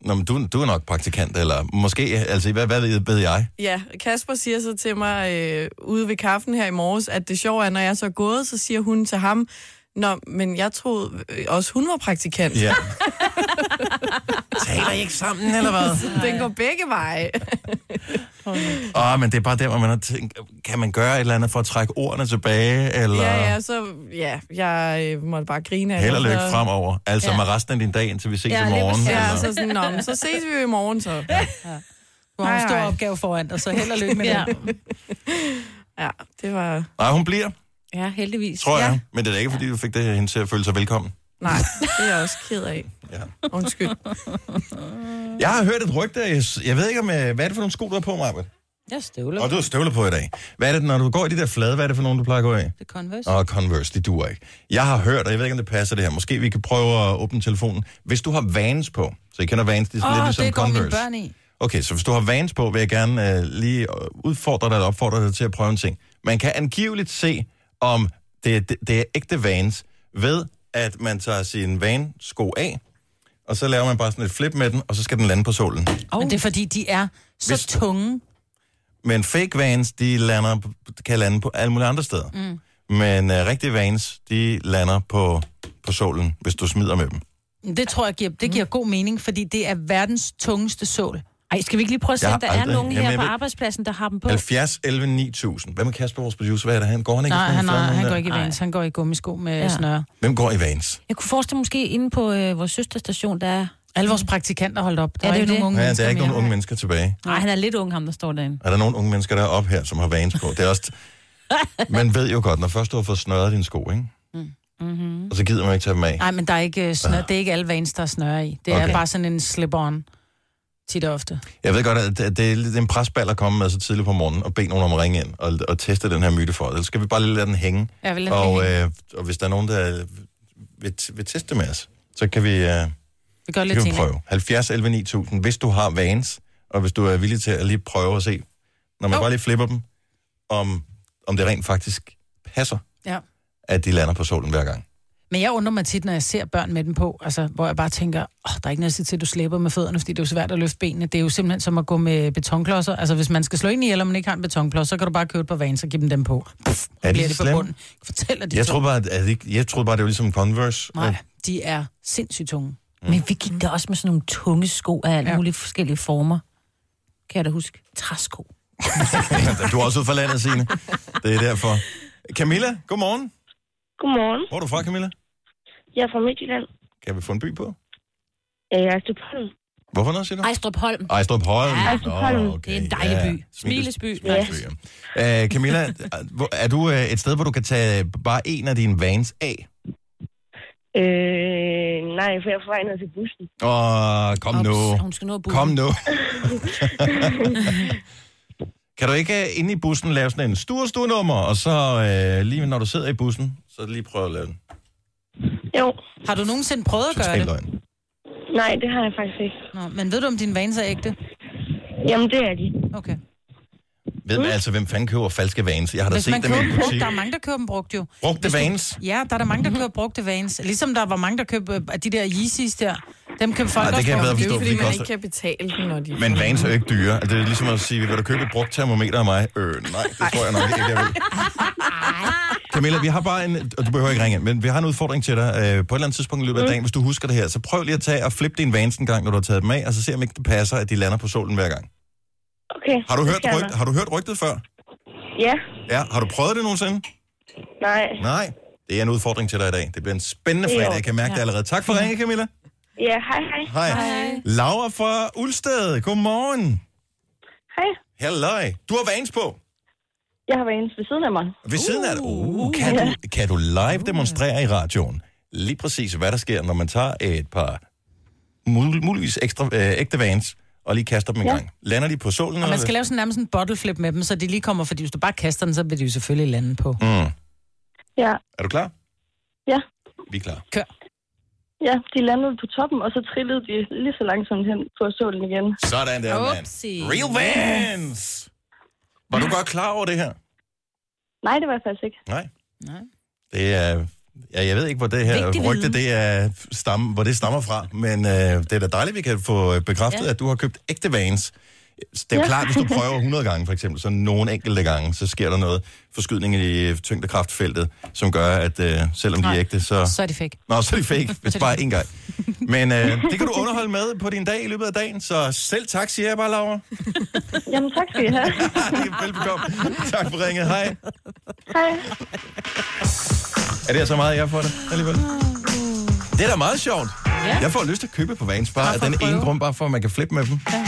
Nå, men du, du er nok praktikant, eller måske, altså, hvad, hvad ved, ved jeg?
Ja, Kasper siger så til mig øh, ude ved kaffen her i morges, at det sjove er, når jeg så er gået, så siger hun til ham, Nå, men jeg troede øh, også, hun var praktikant.
Ja. Taler I ikke sammen, eller hvad?
*laughs* Den går begge veje.
Åh, men det er bare der, hvor man har tænkt, kan man gøre et eller andet for at trække ordene tilbage, eller
Ja, ja, så ja, jeg øh, måtte bare grine af det,
held og lykke
så-
fremover, altså
Ja.
med resten af din dag, indtil vi ses
Ja,
i
lige
morgen.
præcis. Ja,
eller-
så sådan, Nå, men så ses vi jo i morgen så. Ja.
Du har en
Hej,
stor
hej.
opgave foran dig, så held og lykke med
Ja.
det.
*laughs* ja, det var...
Nej, hun bliver,
Ja, heldigvis.
tror
ja.
jeg. Men det er da ikke, fordi du fik det her, hende til at føle sig velkommen.
Nej, det er jeg også ked af.
Ja.
Undskyld.
Jeg har hørt et rygte, jeg, jeg ved ikke om, øh, hvad er det for nogle sko, du har på, mig?
Jeg støvler.
Og du har støvler på i dag. Hvad er det, når du går i de der flade, hvad er det for nogle, du plejer at gå i?
Det er Converse.
Og Converse, de duer ikke. Jeg har hørt, og jeg ved ikke, om det passer det her. Måske vi kan prøve at åbne telefonen. Hvis du har Vans på, så I kender Vans, de er sådan
Åh,
lidt
oh,
ligesom
det går mine
Converse.
børn i.
Okay, så hvis du har Vans på, vil jeg gerne øh, lige øh, udfordre dig eller opfordre dig til at prøve en ting. Man kan angiveligt se, om det er, det, det er ægte Vans, ved at man tager sin Van-sko af, og så laver man bare sådan et flip med den, og så skal den lande på solen.
Oh. Men det er, fordi de er så
Hvis-
Hvis... tunge.
Men fake vans, de lander, kan lande på alle mulige andre steder. Mm. Men øh, rigtige vans, de lander på, på solen, hvis du smider med dem.
Det tror jeg giver, det
Mm.
giver god mening, fordi det er verdens tungeste sål.
Ej, skal vi ikke lige prøve at se,
Jeg har
om der er
aldrig-
nogen
Jamen,
her
jeg
på
ved-
arbejdspladsen, der har dem på?
70, 11, 9000. Hvem er Kasper, vores producer? Hvad er det? Han? Går han ikke i
Nej,
sådan
han,
nogle
er,
flotte
han
nogle
går
der?
ikke i vans, han går i gummisko med
Ja.
ja. snøre.
Hvem går i vans?
Jeg kunne forestille mig måske inde på øh, vores søsterstation, der er...
Alle vores praktikanter holdt op.
Ja,
Der er,
det er
ikke
jo
nogen unge
Ja, der
mennesker
er ikke nogen
mere.
unge mennesker tilbage.
Nej, han er lidt ung, ham der står derinde.
Er der nogen unge mennesker, der er oppe her, som har vans på? Det er også... t- Man ved jo godt, når først du har fået snøret dine sko, ikke?
Mm.
Mm-hmm. Og så gider man ikke tage dem af.
Nej, men der er ikke øh, snør, det er ikke alle vans, der er snøre i. Det okay.
Ah. Okay.
er bare sådan en slip-on. Tit og ofte.
Jeg ved godt, at det- det er lidt en presbald at komme med så tidligt på morgenen og bede nogen om at ringe ind og, og teste den her myte for. os. Ellers skal vi bare lige lade den hænge.
Jeg vil lade den
og,
hænge.
øh, og hvis der er nogen, der vil, vil teste med os, så kan vi, øh, så
Vi gør lidt
kan vi
ting.
prøve. 70 11 9000, hvis du har vans, og hvis du er villig til at lige prøve at se, når man
Jo.
bare lige flipper dem, om, om det rent faktisk passer,
Ja.
at de lander på solen hver gang.
Men jeg undrer mig tit, når jeg ser børn med dem på, altså, hvor jeg bare tænker, oh, der er ikke noget at sige til, at du slæber med fødderne, fordi det er jo svært at løfte benene. Det er jo simpelthen som at gå med betonklodser. Altså, hvis man skal slå ind i, eller man ikke har en betonklods, så kan du bare købe et par vans og give dem dem på. Puff,
Er de
er
så
bliver det på
slemme?
bunden. Fortæller de
Jeg
to.
troede bare, at, at det- jeg troede bare, det var ligesom Converse.
*laughs* Nej, de er sindssygt tunge.
Mm.
Men vi gik da også med sådan nogle tunge sko af alle
Ja.
ja. mulige forskellige former. Kan jeg da huske? Træsko.
Du er også ud fra landet,
*laughs*
Signe. Det er derfor. Camilla, godmorgen.
Godmorgen.
Hvor er du fra, Camilla?
Jeg er fra Midtjylland.
Kan vi få en by på?
Ja, jeg er Stupholm.
Hvorfor noget, siger du?
Ejstrup Holm.
Ejstrup Holm.
Ja,
Nå,
Holm.
okay.
Det er en dejlig by. Smilesby.
Smilesby, ja. Øh, Camilla, hvor- er du øh, et sted, hvor du kan tage bare en af dine vans af?
Øh, nej, for jeg er på vej ned til bussen.
Og kom nu.
Ups, Hun skal nå at bukke.
Kom
*laughs*
*laughs*
nu. kan du ikke øh, inde i bussen lave sådan en stor, stor nummer, og så øh, lige når du sidder i bussen, så lige prøve at lave den?
Jo,
Har du nogensinde prøvet at gøre
Total
det?
løgn.
nej, det har jeg faktisk ikke.
Nå, men ved du, om dine vaner er ægte?
Jamen, det er de.
Okay.
Ved man altså, hvem fanden køber falske vans? Jeg har da
Mm. Hvis
set
man
dem
køber
i
dem brugt,
butik.
der er mange, der køber dem brugt jo.
Brugte vans?
Ja, der er der mange, der køber brugte vans. Ligesom der var mange, der køber øh, de der Yeezys der. Dem køber folk
Ej, det
også
kan jeg
Det er
bedre
brugt.
forstå,
jo,
fordi
fordi
det
man ikke
koster...
kan betale dem, når de...
Men vans er jo ikke dyre. Altså, Det er ligesom at sige, vil du købe et brugt termometer af mig? Øh, nej, det tror jeg nok ikke, jeg vil. Camilla, vi har bare en, og du behøver ikke ringe ind, men vi har en udfordring til dig. Øh, På et eller andet tidspunkt i løbet af dagen, hvis du husker det her, så prøv lige at tage og flippe din vans en gang, når du har taget dem af, og så se om ikke det passer, at de lander på solen hver gang.
Okay.
Har du,
det
hørt,
skal jeg
ryg,
nok.
*laughs* har du hørt rygtet før?
Ja,
Ja, har du prøvet det nogensinde?
nej.
Nej. Det er en udfordring til dig i dag. Det bliver en spændende fredag. Jeg kan mærke det allerede. Tak for ringen, Camilla.
Ja, hej hej.
Hej. Hej. Laura fra Ulsted. Godmorgen.
Hej.
Halløj. Du har vans på.
Jeg har været inde ved siden af mig.
Ved siden af dig. Uh, kan, du, kan du live demonstrere i radioen lige præcis, hvad der sker, når man tager et par mul- muligvis ekstra, øh, ægte vans og lige kaster dem en
Ja.
gang. Lander de på solen?
Og man skal
eller-
lave sådan nærmest en bottle flip med dem, så de lige kommer, fordi hvis du bare kaster den, så vil de jo selvfølgelig lande på.
Mm.
Ja,
Er du klar?
ja,
Vi er klar.
Kør.
ja. De landede på toppen, og så trillede de lige så langsomt hen på solen igen.
Sådan der, mand.
Upsi.
Real vans! Var du godt klar over det her?
Nej, det var jeg faktisk ikke.
Nej.
Nej.
Det er... Ja, jeg ved ikke, hvor det her
Vigtig
Vigtig rygte
viden.
det er stamme, hvor det stammer fra, men øh, det er da dejligt, at vi kan få øh, bekræftet,
Ja.
ja. at du har købt ægte vans. Det er jo
Ja.
klart, hvis du prøver 100 gange, for eksempel, så nogle enkelte gange, så sker der noget forskydning i øh, tyngdekraftfeltet, som gør, at øh, selvom de er ægte, så...
Så er de fake.
Nå, så er de fake, hvis bare én gang. Men øh, det kan du underholde med på din dag i løbet af dagen, så selv tak, siger jeg bare, Laura.
Jamen, tak skal I have.
Velbekomme. Tak for ringet. Hej.
Hej.
Er det så meget, jeg får det alligevel? Det er da meget sjovt. Ja. Jeg får lyst til at købe på vans, bare af den ene grund, bare for at man kan flippe med dem. Ja.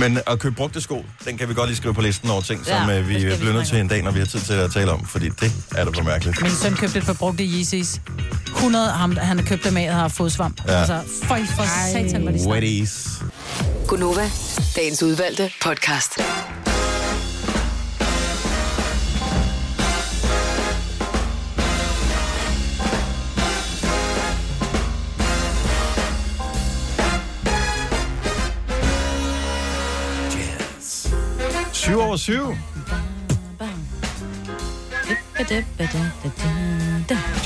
Men at købe brugte sko, den kan vi godt lige skrive på listen over ting,
Ja,
som øh, vi
det skal vi
bliver nødt til en dag, når vi har tid til at tale om, fordi det er da for mærkeligt.
Min søn købte et par brugte Yeezys. 100, ham, han har købt dem af, og har fodsvamp.
Ja.
Ja. Altså, føj for satan, hvor de *laughs* snakker.
Wetties.
Gunova, dagens udvalgte podcast.
Yes. 7 over 7.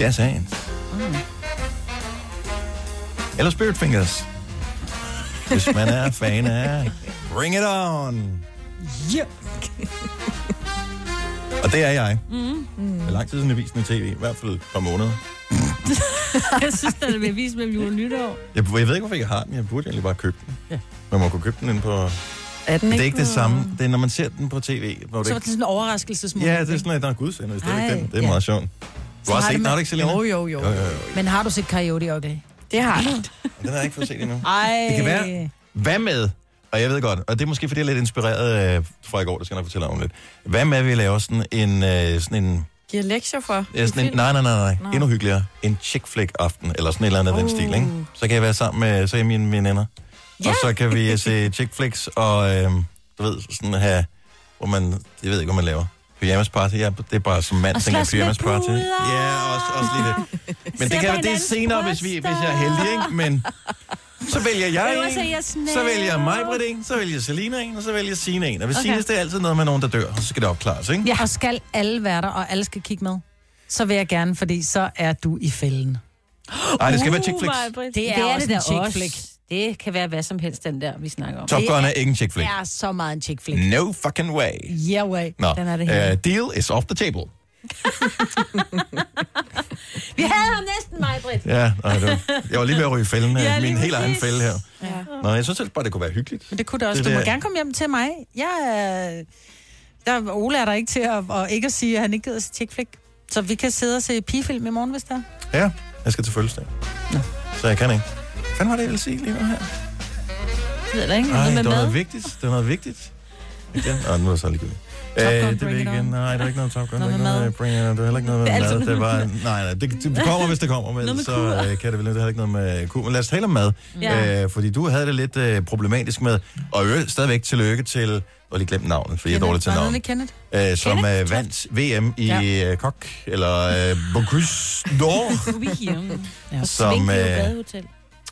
Jazz Hands. Eller Spirit Fingers. Hvis man er fan af Bring It On.
Yeah.
Og det er jeg.
Mm.
Det er lang tid siden jeg viste den i tv. I hvert fald et par måneder.
jeg synes, der vil vise mellem jul og nytår.
Jeg, jeg ved ikke, hvorfor jeg har den. Jeg burde egentlig bare købe den.
Ja.
Man må kunne købe den inde på...
Er den
Men det
ikke
er ikke det
på-
samme. Det er, når man ser den på tv. Hvor
Så var det sådan en overraskelsesmoment.
Ja, det er sådan, at der er gudsender. Det er
Ej,
ikke den. Det er
ja.
meget sjovt. Du
Så
har
har
set
det
den, har
med-
du ikke, Selina?
Jo, jo, jo.
jo, jo.
Men har du set Coyote Ugly?
Det har jeg.
Den har jeg ikke fået set endnu.
Ej.
Det kan være. Hvad med, og jeg ved godt, og det er måske, fordi jeg er lidt inspireret øh, fra i går, det skal jeg nok fortælle om lidt. Hvad med, at vi laver sådan en, øh, sådan en,
Giver lektier for?
ja, sådan en nej, nej, nej, nej,
Nå.
endnu hyggeligere, en chick flick aften, eller sådan et eller andet af den stil, ikke?
Mm.
Så kan jeg være sammen med, så er jeg mine veninder. Og så kan vi
*laughs*
øh, se chick flicks, og øh, du ved, sådan her, hvor man, jeg ved ikke, hvad man laver. Pyjamas party, ja, det er bare som mand,
Og
tænker jeg,
slås med
pyjamas party.
puder.
Ja, også, også
*laughs*
lige det. Men det, kan, det er
*laughs*
senere, hvis, vi, hvis jeg er heldig, ikke? Men så vælger jeg
Øver sig i
en,
at snæve.
så vælger jeg mig, Britt, en, så vælger jeg Selina en, og så vælger jeg Signe en. Og hvis
Okay.
okay. Sines, det er altid noget med nogen, der dør, og så skal det opklares, ikke?
Ja. Og skal alle være der, og alle skal kigge med, så vil jeg gerne, fordi så er du i fælden.
Nej, det skal være chick
Uh,
flicks.
Det er,
Det er
det er
også
det
en
der
chick
også.
flick.
Det kan være hvad som helst, den der, vi snakker om.
Top
Det
Gun er ikke en chick flick.
Det er så meget en chick flick.
No fucking way.
Yeah way.
Nå,
Den er det
uh,
hele.
deal is off the table.
Vi havde ham næsten, mig, Britt.
Ja, nej, det var,
*laughs*
jeg var lige ved at ryge i fælden her.
*laughs* Ja,
Ja,
lige
Min helt egen
præcis.
fælde her.
Ja.
Nå, jeg synes altså bare, det kunne være hyggeligt.
Men det kunne det også.
Det
du
der-
må gerne komme hjem til mig. Jeg, er- der, Ole er der ikke til at, og ikke at sige, at han ikke gider se chick flick. Så vi kan sidde og se pigefilm i morgen, hvis der.
Ja, jeg skal til fødselsdag. Så jeg kan ikke. Hvad fanden var det, jeg ville sige lige nu her?
Det er ikke
Nej,
noget
det
med
var noget
mad.
vigtigt. Det var noget vigtigt. Igen? Nå, nu er det så lige Øh, det ved jeg ikke. Nej, der er ikke noget Top Gun. Der er ikke noget med Bring It On. Der er heller ikke noget
Det er
med
altid
mad. Det
noget
var,
med
nej, nej, det, det kommer, hvis det kommer. Men
Noget med
så
kur.
øh, kan det vel det er heller ikke noget med kur. Men lad os tale om mad.
Ja.
Øh, fordi du havde det lidt øh, problematisk med, og øh, stadigvæk tillykke til, jeg har lige glemt navnet, for jeg er dårlig til
Var
navn.
navnet Kenneth?
Øh, som øh, vandt VM i
Ja.
ja. kok, eller øh, Bocuse d'Or
Ja.
Som,
Som,
øh,
badehotel.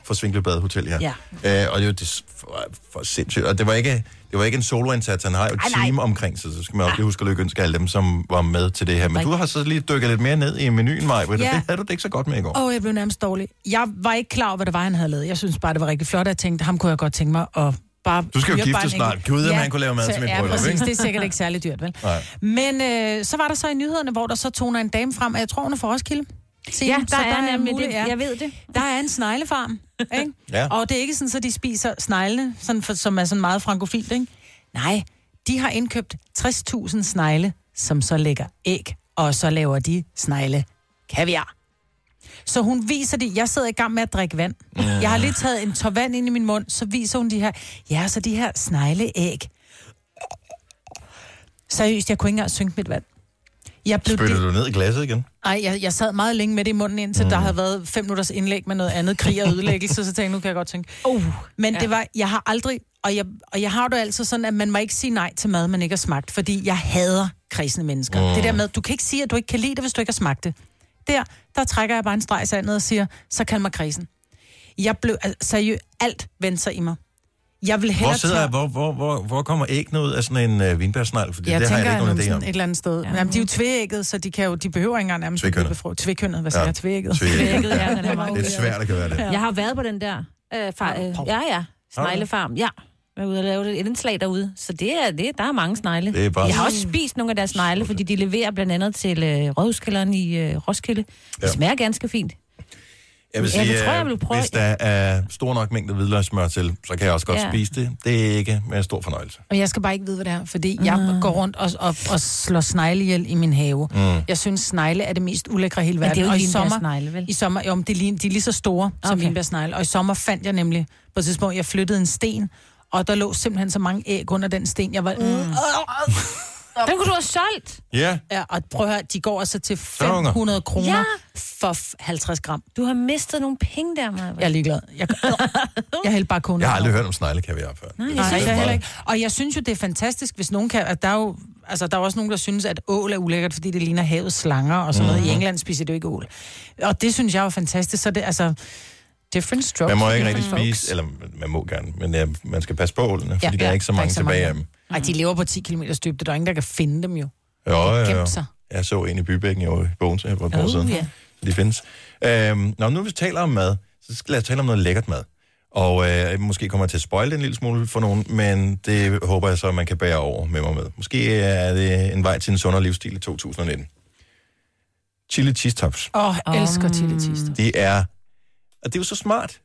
for Svinkløv Badehotel her.
Ja.
Øh, og det var det for, for sindssygt. Og det var ikke, det var ikke en soloindsats. Han har jo et team omkring sig, så skal man også lige huske at lykke ønske alle dem, som var med til det her. Men
Tak.
du har så lige dykket lidt mere ned i menuen, Maj, ja. det
Ja.
havde du det ikke så godt med i går.
Åh, oh, jeg blev nærmest dårlig. Jeg var ikke klar over, hvad det var, han havde lavet. Jeg synes bare, det var rigtig flot, at jeg tænkte, ham kunne jeg godt tænke mig at bare...
Du skal jo
fyre
giftes
bare en
snart.
enkelt-
Gud, om han kunne lave mad
så-
til mit
ja,
bryllup,
præcis.
ikke?
Det er sikkert ikke særlig dyrt, vel?
Nej.
Men øh, så var der så i nyhederne, hvor der så toner en dame frem, og jeg tror, hun er for Roskilde. Se,
Ja,
så
der er nemlig
mulig-
det. Jeg ved det.
Der er en sneglefarm,
*laughs*
ikke?
Ja.
Og det er ikke sådan, så de spiser sneglene, sådan for, som er sådan meget frankofilt, ikke? Nej, de har indkøbt 60.000 snegle, som så lægger æg og så laver de snegle kaviar. Så hun viser det. Jeg sidder i gang med at drikke vand. Mm. Jeg har lige taget en tår vand ind i min mund, så viser hun de her, ja, så de her snegleæg. Seriøst, jeg kunne ikke engang synke mit vand. Jeg blev
Spytter du ned i glasset igen?
ej, jeg, jeg sad meget længe med det i munden, indtil mm. der havde været fem minutters indlæg med noget andet krig og ødelæggelse, så tænkte jeg, nu kan jeg godt tænke. Uh, Men ja. det var, jeg har aldrig, og jeg, og jeg har det altid sådan, at man må ikke sige nej til mad, man ikke har smagt, fordi jeg hader kredsende mennesker.
Mm.
Mm. Det der med, du kan ikke sige, at du ikke kan lide det, hvis du ikke har smagt det. Der, der trækker jeg bare en streg i sandet og siger, så kald mig kredsen. Jeg blev al- seriøst alt vendte sig i mig. Jeg vil hellere
Hvor, sidder,
tage-
hvor, hvor, hvor, hvor kommer æggene ud af sådan en øh, vinbærsnegl? Fordi
jeg
det har
tænker,
jeg ikke nogen
at
idé om.
sådan et eller andet sted. Ja. Jamen, de er jo tvægget, så de, kan jo, de behøver ikke engang nærmest at blive
Tvekønnet.
befrugtet. Tvægkønnet, hvad siger
Ja,
ja. jeg? Tvægget. *laughs*
tvægget. Tvægget,
ja, den er
*laughs*
meget
Det er svært, det kan være det.
Jeg har været på den der øh, far, øh, ja, ja, sneglefarm. Ja, jeg er ude og lave det- et indslag derude. Så det er, det, der er mange snegle.
Det er bare-
Jeg har også spist nogle af deres snegle, fordi de leverer blandt andet til øh, Rådhuskælderen i øh, Roskilde. Det
Ja.
smager ganske fint.
Jeg vil
Ja,
sige,
det tror jeg, jeg
øh,
vil prøve.
hvis der er stor nok mængde hvidløgssmør til, så kan jeg også godt
Ja.
spise det. Det er ikke med stor fornøjelse.
Og jeg skal bare ikke vide, hvad det er,
Mm.
fordi jeg går rundt og, og, og slår snegle ihjel i min have.
Mm.
Mm. Jeg synes, snegle er det mest ulækre i hele
Men det er
verden.
jo
og i
ikke
sommer,
vinbærsnegle, vel?
I sommer, jo, men det er, lige, de er lige så store okay. som vinbærsnegle. Og i sommer fandt jeg nemlig, på et tidspunkt, jeg flyttede en sten, og der lå simpelthen så mange æg under den sten. Jeg var... Mm. Den
kunne du have solgt!
Ja.
Ja, og prøv at høre, de går altså til
er unger.
500 kroner
Ja.
ja. for f- 50 gram.
Du har mistet nogle penge der, Maja.
Jeg er ligeglad. Jeg, jeg hælder bare kun
Jeg har aldrig hørt om sneglekaviar før.
Nej,
Det er
Mm, jeg synes
bare-
jeg heller ikke. Og jeg synes jo, det er fantastisk, hvis nogen kan... At der, er jo, altså, der er også nogen, der synes, at ål er ulækkert, fordi det ligner havets slanger og sådan noget. I
Mhm.
England spiser det jo ikke ål. Og det synes jeg er fantastisk. Så det, altså... Different strokes.
Man må
for
ikke rigtig
different
spise, eller man må gerne, men øh, man skal passe på ålene, fordi
folks.
der er ikke så mange tilbage af dem.
Ej, de lever på 10 km dybde. Der er ingen, der kan finde dem jo.
Jo,
De har
jo, jo.
gemt sig.
Jeg så en i bybækken jo, i Bogen, så jeg var på
Oh,
siden.
ja.
De findes. Øhm, nå, nu hvis vi taler om mad, så skal lad os tale om noget lækkert mad. Og øh, måske kommer jeg til at spoil det en lille smule for nogen, men det håber jeg så, at man kan bære over med mig med. Måske er det en vej til en sundere livsstil i 2019. Chili cheese tops.
Åh, oh, jeg elsker chili cheese.
Det er... Og det er jo så smart.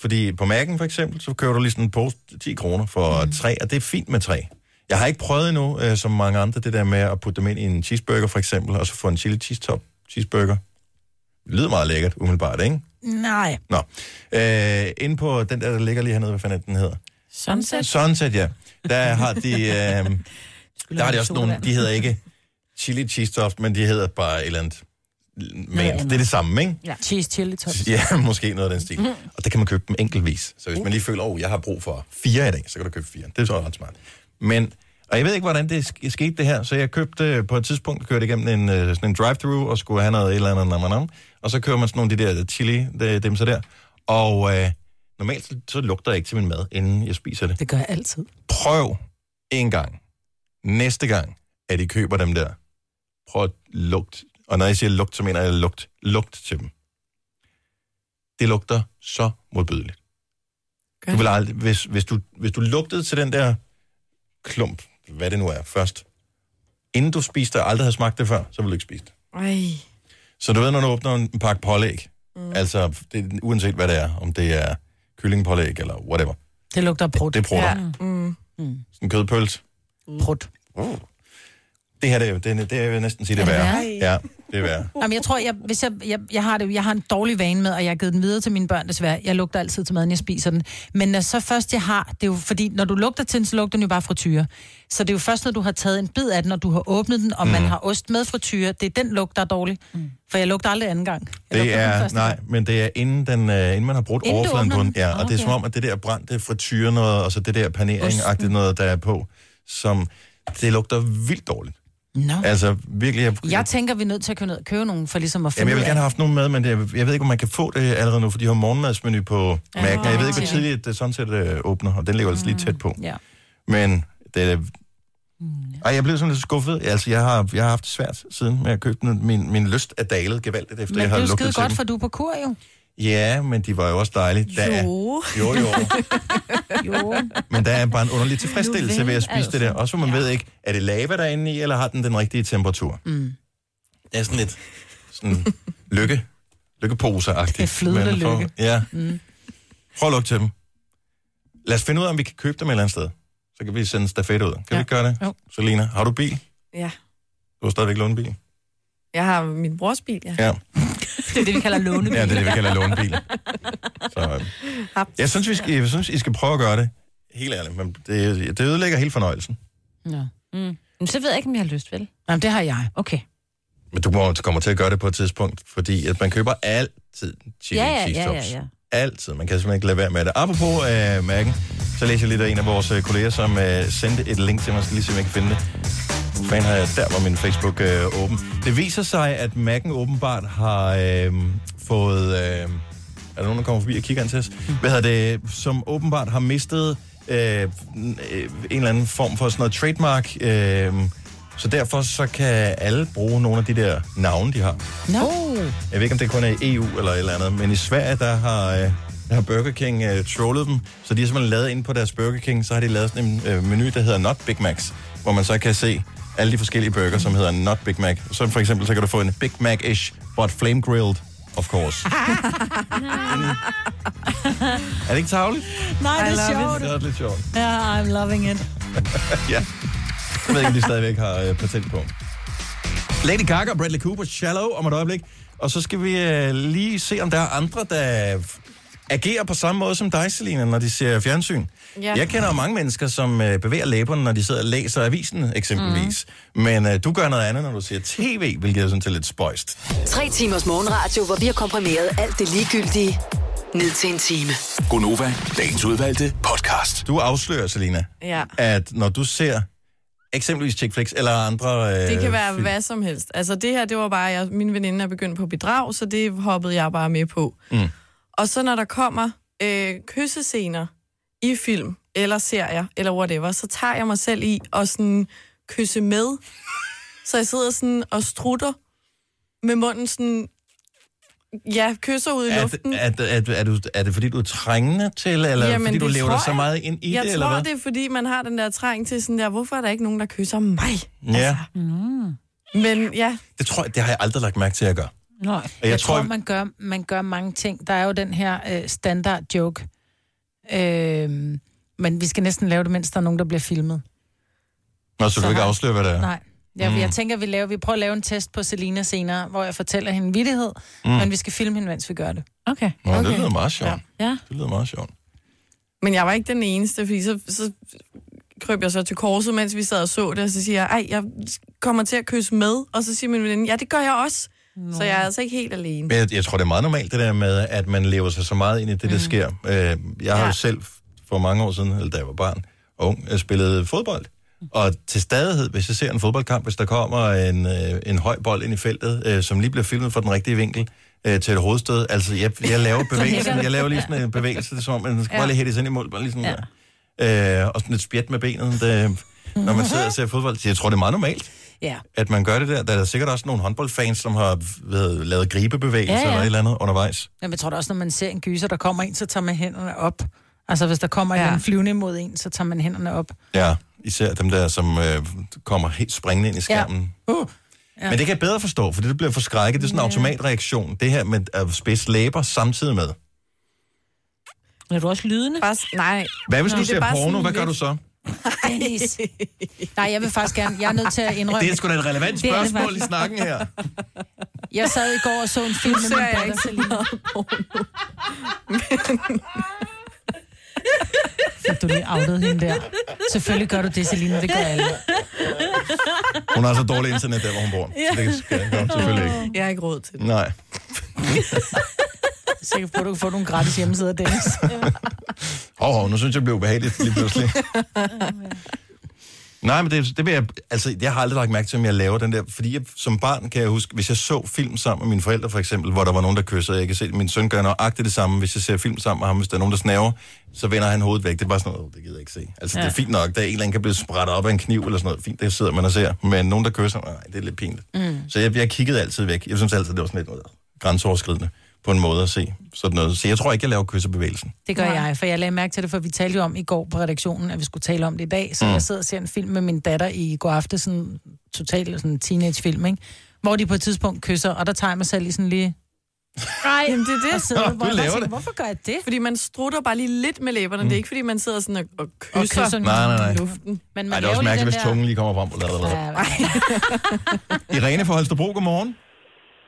Fordi på Mac'en for eksempel, så kører du lige sådan en pose til 10 kroner for mm. tre, og det er fint med tre. Jeg har ikke prøvet endnu, øh, som mange andre, det der med at putte dem ind i en cheeseburger for eksempel, og så få en chili cheese top cheeseburger. Det lyder meget lækkert, umiddelbart, ikke?
Nej.
Nå. Øh, inde på den der, der ligger lige hernede, hvad fanden er den hedder?
Sunset?
Sunset, ja. Der har de... Øh, der har de
have
også nogle...
sodavand.
De hedder ikke chili cheese tops, men de hedder bare et eller andet... Men
andet.
det er det samme, ikke?
Ja. Cheese chili tops.
Ja, *laughs* måske noget af den stil.
Mhm.
Og der kan man købe dem enkeltvis. Så hvis man lige føler, at oh, jeg har brug for fire i dag, så kan du købe fire. Det er så ret smart. Men, og jeg ved ikke, hvordan det sk- skete det her, så jeg købte øh, på et tidspunkt, kørte igennem en, øh, sådan en drive-thru, og skulle have noget et eller andet, nam, nam, nam. og så kører man sådan nogle af de der øh, chili, de, dem så der. Og øh, normalt så, så lugter jeg ikke til min mad, inden jeg spiser det.
Det gør jeg altid.
Prøv en gang. Næste gang, at I køber dem der, prøv at lugt. Og når jeg siger lugt, så mener jeg lugt. Lugt til dem. Det lugter så modbydeligt. Du vil aldrig, hvis, hvis, du, hvis du lugtede til den der klump, hvad det nu er, først, inden du spiste og aldrig havde smagt det før, så ville du ikke spise det.
Ej.
Så du ved, når du åbner en pakke pålæg, mm. altså det, uanset hvad det er, om det er kyllingpålæg eller whatever,
Det lugter af prut.
Det- det prutter.
Ja. Mm. Mm.
sådan en kødpølse,
Prut.
Uh. Det her, det er, jo- det, er- det er, jeg vil næsten sige, det er
Er det
værre.
værre?
Ja, det er værre.
Jamen, jeg tror, jeg, hvis jeg, jeg, jeg, har det, jeg har en dårlig vane med, og jeg har givet den videre til mine børn desværre. Jeg lugter altid til maden, jeg spiser den. Men når så først jeg har, det er jo fordi, når du lugter til den, så lugter den jo bare frityre. Så det er jo først, når du har taget en bid af den, og du har åbnet den, og mm. man
Mhm.
har ost med frityre, det er den lugt, der er dårlig. Mm. For jeg lugter aldrig anden gang.
Det
Jeg lugter kun
er,
første
nej,
gang.
men det er inden, den, uh, inden man har brudt
Inden du
overfladen på
åbner
den.
den?
Ja, og det er
Okay.
som om, at det der brændte frityre noget, og så det der panering-agtigt noget, der er på, som, det lugter vildt dårligt.
Nå.
Altså, virkelig, jeg,
Jeg tænker, vi er nødt til at købe, ned, købe nogen, for ligesom at finde
Jamen, jeg vil
ud af-
gerne have haft nogen med, men det, jeg ved ikke, om man kan få det allerede nu, for de har morgenmadsmenu på
Ja,
Mac'en. Jeg ved ikke, hvor
okay. Mm,
tidligt det sådan set øh, åbner, og den ligger altså lige tæt på.
Ja. Mm,
Men det er... Ej, jeg blev sådan lidt skuffet. Altså, jeg har, jeg har haft det svært siden med at købe den. Min, min lyst er dalet gevaldigt, efter
Men
jeg
det
har
er jo
lukket
skide
til
godt,
dem.
for du er på kur jo.
Ja, men de var jo også dejlige. Der er, jo, jo.
jo.
Men der er bare en underlig tilfredsstillelse
*laughs* Nu altså.
ved at
vel,
spise det der. Også hvor man ja. ved ikke, er det lava derinde i, eller har den den rigtige temperatur?
Mm.
Det er sådan lidt
*laughs*
sådan lykke, lykkeposer-agtigt.
Det er flydende
Men for-
lykke.
Ja.
Mm.
Prøv at lukke til dem. Lad os finde ud af, om vi kan købe dem et eller andet sted. Så kan vi sende en stafet ud. Kan ja. vi ikke gøre det?
Jo.
Selina, har du bil?
Ja.
Du har stadigvæk lånt bil.
Jeg har min brors bil, ja.
Ja.
Det er det, vi kalder lånebil.
Ja, det er det, vi kalder lånebiler. Så, øh, jeg, synes, vi skal, jeg synes, I skal prøve at gøre det. Helt ærligt, men det, det ødelægger hele fornøjelsen.
Ja.
Mm. Men så ved jeg ikke, om jeg har lyst, vel?
Jamen, det har jeg.
Okay.
Men du må, kommer til at gøre det på et tidspunkt, fordi at man køber altid chili
Ja, ja,
cheese
ja,
tops.
ja, ja.
Altid. Man kan simpelthen ikke lade være med det. Apropos øh, mærken, så læser jeg lidt af en af vores øh, kolleger, som øh, sendte et link til mig. Jeg skal lige se, om jeg kan finde det. Hvor fanden har jeg? Der var min Facebook øh, åben. Det viser sig, at Mac'en åbenbart har øh, fået... Øh, er der nogen, der kommer forbi og kigger ind til os? Hvad hedder det? Som åbenbart har mistet øh, øh, en eller anden form for sådan noget trademark. Øh, så derfor så kan alle bruge nogle af de der navne, de har.
No.
Jeg ved ikke, om det kun er i EU eller et eller andet, men i Sverige, der har, øh, der har Burger King øh, trollet dem, så de har simpelthen lavet ind på deres Burger King, så har de lavet sådan en øh, menu, der hedder Not Big Macs, hvor man så kan se alle de forskellige burger, som hedder Not Big Mac. Så for eksempel, så kan du få en Big Mac-ish, but flame grilled, of
*laughs*
course. er det ikke tavligt?
Nej, det er sjovt.
Det er lidt sjovt.
*laughs* Ja, I'm loving it.
*laughs* ja. Jeg ved ikke, om de stadigvæk har øh, patent på. Lady Gaga og Bradley Cooper, Shallow om et øjeblik. Og så skal vi øh, lige se, om der er andre, der f- agerer på samme måde som dig, Selina, når de ser fjernsyn.
Ja.
Ja. Jeg kender jo mange mennesker, som øh, bevæger læberne, når de sidder og læser avisen, eksempelvis. Mm. Men øh, du gør noget andet, når du ser tv, hvilket er sådan til lidt spøjst.
Tre timers morgenradio, hvor vi har komprimeret alt det ligegyldige ned til en time.
Gonova, dagens udvalgte podcast. Du afslører, Selina,
Ja.
at når du ser eksempelvis Chick Flicks eller andre... øh,
Det kan være
film-
hvad som helst. Altså det her, det var bare, jeg, min veninde er begyndt på bedrag, så det hoppede jeg bare med på.
Mm.
Og så når der kommer øh, kyssescener i film, eller serier, eller whatever, så tager jeg mig selv i og sådan kysse med. Så jeg sidder sådan og strutter med munden sådan, ja, kysser ud i
Er,
luften.
er, er, er, er, du, er det fordi, du er trængende til, eller Jamen, fordi du
det
lever
tror
dig så
jeg.
meget ind i
jeg
det,
Jeg
eller
tror,
hvad?
det er, fordi man har den der trang til sådan der, hvorfor er der ikke nogen, der kysser mig?
Ja,
Mm.
Men ja,
det, tror jeg, det har jeg aldrig lagt mærke til at gøre.
Nå, jeg, jeg tror,
tror,
tror
vi-
man, gør, man gør mange ting. Der er jo den her øh, standard joke. Øh, men vi skal næsten lave det, mens der er nogen, der bliver filmet.
Nå, så,
Så
du ikke
har-
afsløre, hvad det er?
Nej. Ja, mm.
Mm.
Jeg tænker, vi, laver, vi prøver at lave en test på Selina senere, hvor jeg fortæller hende en vittighed, mm.
Mm.
men vi skal filme hende, mens vi gør det.
Okay.
Nå, det lyder meget sjovt.
Ja. Ja.
Det lyder meget sjovt.
Men jeg var ikke den eneste, fordi så, så krøb jeg så til korset, mens vi sad og så det, og så siger jeg, ej, jeg kommer til at kysse med, og så siger min veninde, ja, det gør jeg også. Nå. Så jeg er altså ikke helt alene.
Men jeg, jeg tror, det er meget normalt, det der med, at man lever sig så meget ind i det,
Mm.
der sker. Øh, jeg har jo selv for mange år siden, eller da jeg var barn og ung, øh, spillet fodbold. Og til stadighed, hvis jeg ser en fodboldkamp, hvis der kommer en, øh, en høj bold ind i feltet, øh, som lige bliver filmet fra den rigtige vinkel øh, til et hovedstød. Altså, jeg, jeg laver
*laughs* Så hækker
bevægelsen.
du.
Jeg laver lige sådan en bevægelse, det er som om, man skal
Ja.
bare lige hættes ind i mål. Bare lige sådan, ja. øh, og sådan et spjæt med benet, det, når man sidder og ser fodbold. Så jeg tror, det er meget normalt
Ja.
at man gør det der. Der er sikkert også nogle håndboldfans, som har hvad, lavet gribebevægelser
Ja,
ja,
ja.
ja. eller et eller andet undervejs.
Jamen, jeg tror da også, når man ser en gyser, der kommer en, så tager man hænderne op. Altså, hvis der kommer ja. en flyvende mod en, så tager man hænderne op.
Ja, især dem der, som øh, kommer helt springende ind i skærmen.
Ja. Uh.
Ja. Men det kan jeg bedre forstå, for det bliver for skrækket. Det er sådan en automatreaktion, det her med at spidse læber samtidig med.
Men er du også lydende?
Bare, nej.
Hvad hvis Nå, du ser porno, hvad gør du så?
Dennis. Nej, jeg vil faktisk gerne. Jeg er nødt til at indrømme.
Det er sgu da et relevant
Det er det
spørgsmål i
faktisk.
snakken
*laughs*
her.
Jeg sad i går og så en film
Nu
med min
ser jeg
datter,
ikke så
Selina. Fik du lige outet hende der? Selvfølgelig gør du det, Selina. Det gør alle.
Hun har så dårlig internet der, hvor hun bor. Så det skal hun selvfølgelig ikke.
Jeg har ikke råd til det.
Nej.
Jeg er *laughs* sikker på, at du kan få nogle gratis hjemmesider,
*laughs*
Dennis.
Hov, hov, nu synes jeg, det blev ubehageligt lige pludselig. Nej, men det, det vil jeg... Altså, jeg har aldrig lagt mærke til, om jeg laver den der... Fordi jeg, som barn kan jeg huske, hvis jeg så film sammen med mine forældre, for eksempel, hvor der var nogen, der kyssede, jeg kan se, at min søn gør nøjagtigt det samme. Hvis jeg ser film sammen med ham, hvis der er nogen, der snaver, så vender han hovedet væk. Det er bare sådan noget, "Åh, det gider jeg ikke se. Altså, ja. det
Ja.
er fint nok, der er en eller anden, kan blive spredt op af en kniv eller sådan noget. Fint, det sidder man og ser. Men nogen, der kysser, nej, det er lidt pinligt.
Mm.
Så jeg, jeg kiggede altid væk. Jeg synes altid, det var sådan lidt noget grænseoverskridende på en måde at se sådan noget. Så jeg tror ikke, jeg laver kyssebevægelsen.
Det gør jeg, for jeg lagde mærke til det, for vi talte jo om i går på redaktionen, at vi skulle tale om det i dag. Så mm.
Mm.
jeg sidder og ser en film med min datter i går aftes, sådan totalt sådan en teenagefilm, ikke? hvor de på et tidspunkt kysser, og der tager jeg mig selv lige sådan lige...
Nej, Jamen, det er
Og
det.
sidder, Nå, hvor du jeg bare laver tænker, det.
Hvorfor
gør jeg det?
Fordi man strutter bare lige lidt med læberne. Mm. Det er ikke, fordi man sidder sådan og, og kysser,
Og kysser Nej, nej, nej.
i luften.
*laughs*
Men
Ej, det er også mærkeligt, hvis tungen lige kommer frem. Blablabla. Irene fra Holstebro, godmorgen.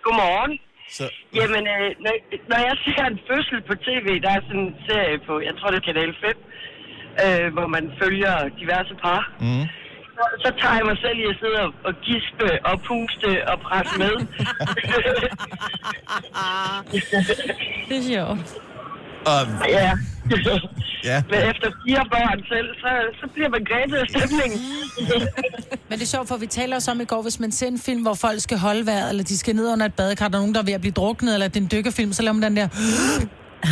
Godmorgen.
Så...
Jamen, øh, når, når jeg ser en fødsel på tv, der er sådan en serie på, jeg tror det er Kanal 5, øh, hvor man følger diverse par,
Mm.
så, så tager jeg mig selv i at sidde og, og gispe og puste og presse med.
*laughs* Det er sjovt.
Um,
ja.
ja.
Men efter fire børn selv, så, så bliver man grebet af
*laughs*
stemningen.
Men det er sjovt, for vi taler også om i går, hvis man ser en film, hvor folk skal holde vejret, eller de skal ned under et badekar, der er nogen, der er ved at blive druknet, eller det er en dykkerfilm, så laver man den der...
*gasps*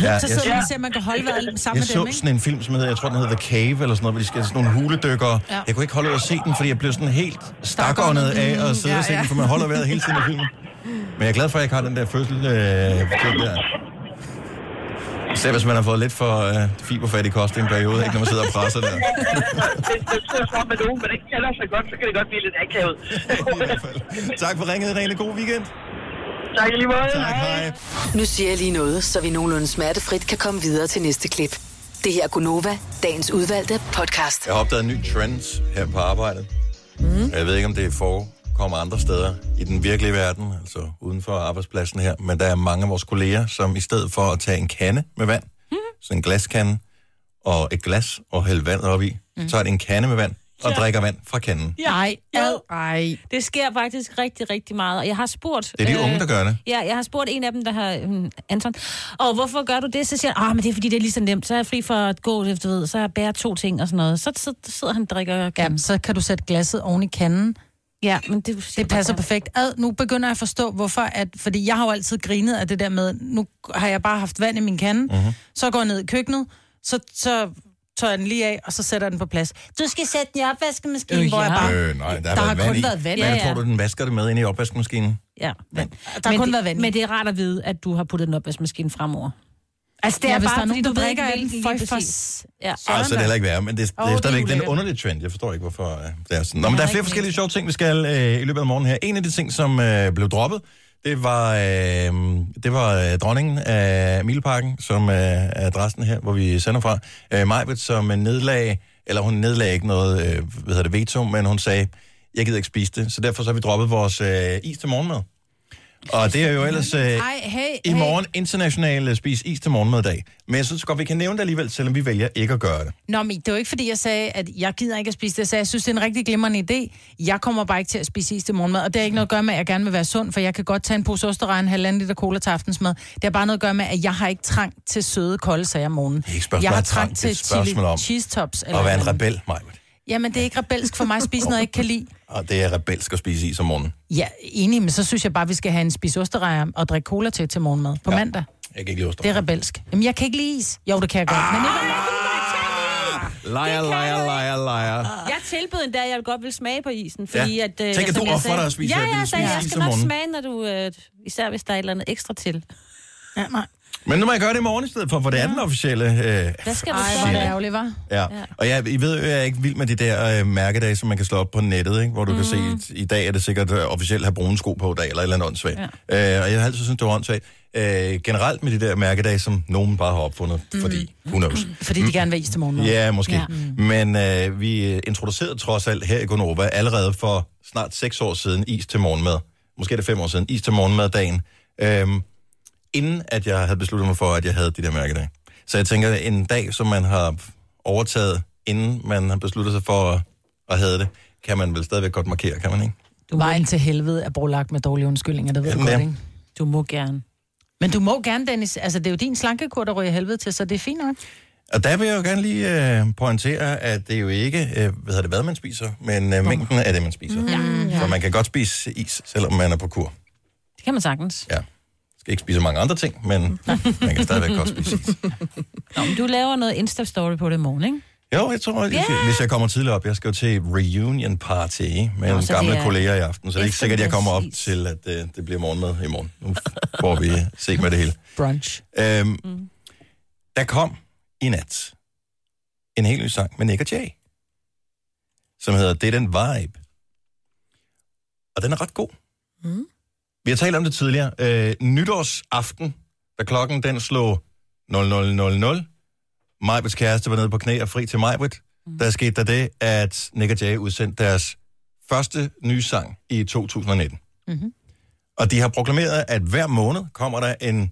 Ja,
Ja, *laughs* så
jeg-
sidder man og ser, at man kan holde vejret sammen
jeg
med dem,
så
ikke?
sådan en film, som hedder, jeg tror, den hedder The Cave, eller sådan noget, hvor de skal sådan nogle huledykkere.
Ja.
Ja. Jeg kunne ikke holde ud at se den, fordi jeg blev sådan helt stakåndet af at sidde
Ja,
og se
ja.
den, for man holder vejret hele tiden i filmen. Men jeg er glad for, at jeg ikke har den der fødsel. Øh, ting der. Især hvis man har fået lidt for øh, fiberfattig kost i en periode, ikke, når man sidder og presser der.
Hvis man sidder sammen med nogen, man ikke kender så godt, så kan det godt blive lidt akavet.
Tak for ringet, Rene. God weekend.
tak i lige måde.
Tak, hej.
Nu siger jeg lige noget, så vi nogenlunde smertefrit kan komme videre til næste klip. Det her er Gunova, dagens udvalgte podcast.
Jeg har opdaget en ny trend her på arbejdet.
Mm.
Jeg ved ikke, om det forekommer andre steder i den virkelige verden, altså uden for arbejdspladsen her, men der er mange af vores kolleger, som i stedet for at tage en kande med vand, mm. sådan en glaskande og et glas og hælde vand op i, mm. tager de en kande med vand og
Ja.
drikker vand fra kanden.
Nej, nej. Det sker faktisk rigtig, rigtig meget, og jeg har spurgt... øh,
Det er de unge, der gør det.
Ja, jeg har spurgt en af dem, der har... hmm, Anton, og hvorfor gør du det? Så siger han, ah, men det er fordi, det er lige så nemt. Så er jeg fri for at gå, du ved, så er jeg bærer to ting og sådan noget. Så, så sidder han og drikker...
Ja, så kan du sætte glasset oven i kanden.
Ja, men det,
det passer perfekt. Ad, nu begynder jeg at forstå, hvorfor. At, fordi jeg har jo altid grinet af det der med, nu har jeg bare haft vand i min kande,
Mhm.
mm-hmm. så går jeg ned i køkkenet, så, så tør jeg den lige af, og så sætter jeg den på plads. Du skal sætte den i opvaskemaskinen, øh,
Øh,
hvor jeg
ja.
bare...
Øh, nej, der,
der
har,
har
været vand
kun
i.
været vand.
Hvad
Ja, ja.
tror du, den vasker det med ind i opvaskemaskinen?
Ja, men,
Der har
men
kun
det,
været vand i.
Men det er rart at vide, at du har puttet den opvaskemaskinen fremover. Altså, det er
Ja,
ja,
hvis
bare,
der er
fordi
nogen,
du ved
der drikker
ikke,
af den,
hvilken
føj
lige
for
præcis. Ja.
Så altså, det er heller ikke værre, men det,
Åh,
det
det
er
er
stadigvæk den
ulækkert.
underlige trend. Jeg forstår ikke, hvorfor øh, det er sådan. Nå,
Jeg
men der
har
er
ikke
flere
læst
forskellige sjove ting, vi skal øh, i løbet af morgenen her. En af de ting, som øh, blev droppet, det var, øh, det var øh, dronningen af Mileparken, som øh, er adressen her, hvor vi sender fra. Øh, Majbet, som øh, nedlagde, eller hun nedlagde ikke noget, øh, hvad hedder det, veto, men hun sagde, jeg gider ikke spise det, så derfor så har vi droppet vores øh, is til morgenmad. Og det er jo ellers øh,
Ej, hey,
i morgen international øh, spis is til morgenmaddag. Men jeg synes godt, vi kan nævne det alligevel, selvom vi vælger ikke at gøre det.
Nå, men det var ikke, fordi jeg sagde, at jeg gider ikke at spise det. Jeg sagde, at jeg synes, det er en rigtig glimrende idé. Jeg kommer bare ikke til at spise is til morgenmad. Og det har ikke noget at gøre med, at jeg gerne vil være sund, for jeg kan godt tage en pose osterej, en halvanden liter cola til aftensmad. Det har bare noget at gøre med, at jeg har ikke trang til søde, kolde sager om morgenen. Det er
ikke spørgsmål
jeg har
om trang,
trang
det er
til
et
chili
spørgsmål om
cheese tops.
Eller at være en rebel, mig.
Jamen, det er ikke rebelsk for mig at spise noget, jeg ikke kan lide.
Og det er rebelsk at spise is om morgenen.
Ja, enig, men så synes jeg bare, vi skal have en spise osterejer og drikke cola til til morgenmad på ja. mandag.
Jeg kan ikke lide oster.
Det er rebelsk. Jamen, jeg kan ikke lide is. Jo, det kan jeg godt,
Ah.
men ikke om morgenen.
Liar, liar, liar, liar.
Jeg tilbød endda, at jeg godt ville smage på isen, fordi
Ja.
at... øh,
Tænk, at
som
du
jeg
offrer
sagde-
dig og spiser-
Ja,
at du
ja,
vil
så jeg
spise
jeg
is
skal
om
nok
morgenen.
smage, når du... Øh, især hvis der er et eller andet ekstra til.
Ja, nej.
Men nu må jeg gøre det i morgen i stedet for, for det er den officielle... Øh,
Hvad skal du
Ej, hvor er det ærgerligt, hva'?
ja. Og jeg, I ved jo, jeg er ikke vild med de der øh, mærkedage, som man kan slå op på nettet, ikke? hvor du mm. kan se, i dag er det sikkert øh, officielt at have brune sko på i dag, eller et eller andet åndssvagt. Ja. Øh, og jeg har altid syntes, det var åndssvagt. Øh, generelt med de der mærkedage, som nogen bare har opfundet, mm. fordi, who knows.
Mhm.
Mm.
Fordi de gerne vil have is til morgenmad.
Ja, måske. Ja. Men øh, vi øh, introducerede trods alt her i Gonova allerede for snart seks år siden is til morgenmad. Måske er det fem år siden. Is til morgenmad-dagen. Øhm, inden at jeg havde besluttet mig for, at jeg havde de der mærkedage. Så jeg tænker, en dag, som man har overtaget, inden man har besluttet sig for at, at have det, kan man vel stadigvæk godt markere, kan man ikke?
Du Vejen til helvede er brolagt med dårlige undskyldninger, det ved jeg
Jamen,
godt,
ja.
ikke?
Du må gerne.
Men du må gerne, Dennis. Altså, det er jo din slankekur, der ryger i helvede til, så det er fint nok.
Og der vil jeg jo gerne lige øh, pointere, at det er jo ikke, øh, hvad hedder det, hvad man spiser, men øh, mængden af det, man spiser.
Mm,
Så man kan godt spise is, selvom man er på kur.
Det kan man sagtens.
Ja. Skal ikke spise mange andre ting,
*laughs*
men man kan stadigvæk godt spise.
Nå, men du laver noget Insta-story på det i morgen, ikke?
Jo, jeg tror, yeah. hvis jeg kommer tidligere op, jeg skal jo til et reunion party med
Nå,
nogle
så
gamle
det er
kolleger i aften, så det er ikke sikkert, at jeg kommer op
eftermiddags
til, at øh, det bliver morgenmad i morgen. Nu får vi øh, se med det hele.
Brunch.
Øhm, mm. Der kom i nat en helt ny sang med Nick og Jay, som hedder Det er den vibe. Og den er ret god.
Mm.
Vi har talt om det tidligere. Øh, nytårsaften, da klokken den slog 0000, Majbrits kæreste var nede på knæ og fri til Majbrit. Mm. Der skete der det, at Nick og Jay udsendte deres første nye sang i 2019.
Mhm.
Og de har proklameret, at hver måned kommer der en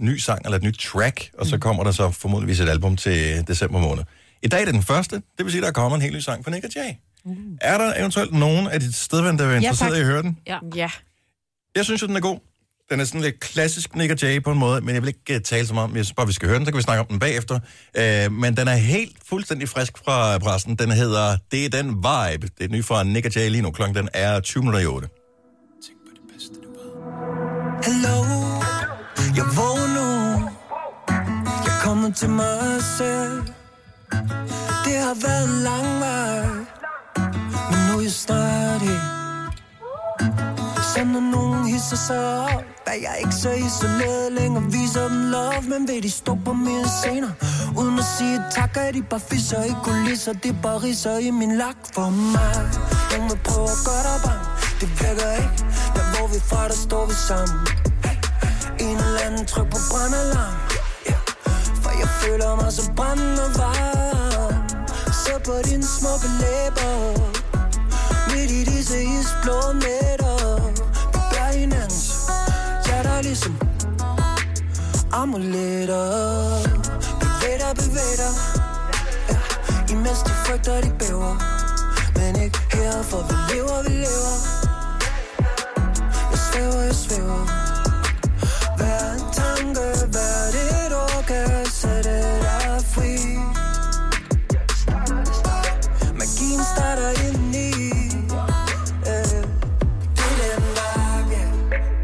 ny sang eller et nyt track, og så kommer der så formodentlig et album til december måned. I dag er det den første, det vil sige, at der kommer en helt ny sang fra Nick Jay.
Uh.
Mm. Er der eventuelt nogen af de stedvand, der er interesseret ja, i at høre den?
Ja.
ja.
Jeg synes jo, den er god. Den er sådan lidt klassisk Nick og Jay på en måde, men jeg vil ikke uh, tale så meget om Jeg synes bare, vi skal høre den, så kan vi snakke om den bagefter. Uh, men den er helt fuldstændig frisk fra pressen. Den hedder Det er den vibe. Det er ny fra Nick og Jay lige nu. Klokken den er 20 minutter i 8.
Hallo, jeg vågner nu. Jeg kommer til mig selv. Det har været en lang vej, men nu er jeg snart i. Så når nogen hisser sig op, er jeg ikke så isoleret længere. Viser dem love, men vil de stå på mere senere? Uden at sige tak, er de bare fisser i kulisser. Det er bare risser i min lak for mig. Nogen vil prøve at gøre dig bang, det virker ikke. Der hvor vi fra, der står vi sammen. En eller anden tryk på brandalarm. For jeg føler mig så brændende varm Se på dine smukke læber Midt i disse isblå nætter Vi bærer hinandens hjerter ligesom Amuletter Bevæg dig, bevæg dig Ja, Imens de frygter, de bæver Men ikke her, for vi lever, vi lever Jeg svæver, jeg svæver hver en tanke, hvert et ord kan sætte dig fri. Magien starter indeni. Øh, det er den vibe, ja.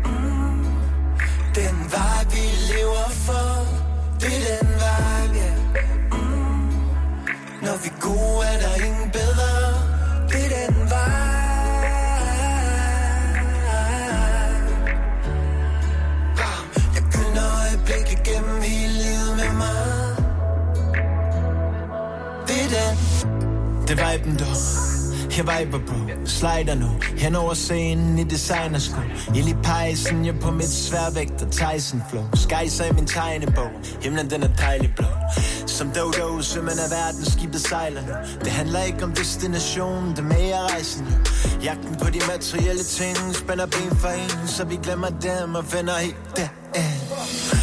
Mm. Den vibe, vi lever for. Det er den vibe, ja. Mm. Når vi er gode, er der ingen bedre. Det er den vibe. Jeg gynder øjeblik igennem hele livet med mig Det er den
Det er viben dog jeg viber på, slider nu Hen over scenen i designersko Ild i pejsen, jeg på mit sværvægt og Tyson flow Skyser i min tegnebog, himlen den er dejlig blå Som Dodo, sømmen er verden, skibet sejler nu Det handler ikke om destinationen, det er mere rejsen jo Jagten på de materielle ting, spænder ben for en Så vi glemmer dem og finder helt derhen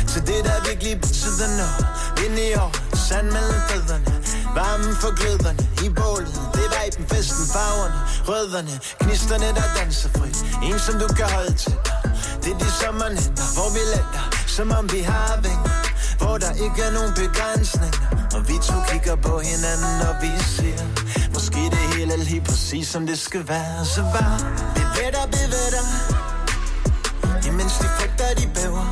Så det der virkelig betyder noget Ind i år, sand mellem fædrene Varmen for gløderne i bålet Det er viben, festen, farverne, rødderne Knisterne, der danser frit En som du kan holde til Det er de sommernætter, hvor vi letter Som om vi har vinger Hvor der ikke er nogen begrænsninger Og vi to kigger på hinanden, og vi siger Måske det hele er lige præcis, som det skal være Så bare bevæg dig, bevæg dig Imens de frygter, de bæver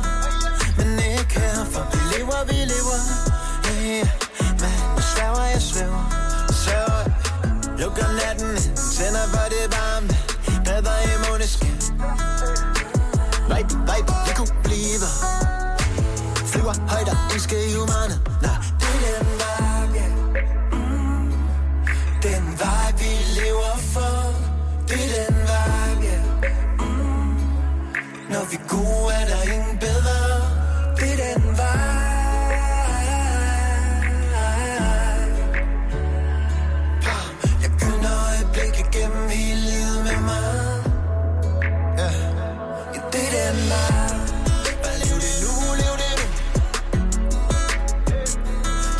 Men ikke her, for vi lever, vi lever yeah. Men jeg svæver, jeg svæver Så lukker natten ind, Tænder for det varme Bader i måneskin Vibe, vibe, vi kunne blive ved. Flyver højder, elsker humane Nej,
Det er den vibe, ja. Mm. Den vibe, vi lever for. Det er den vibe, ja. Mm. Når vi er gode, er der ingen bedre. Det er den vibe. Pow. Jeg gynder øjeblik igennem hele livet med mig. Ja. Ja, det er den vibe. Bare lev det nu, lev det nu.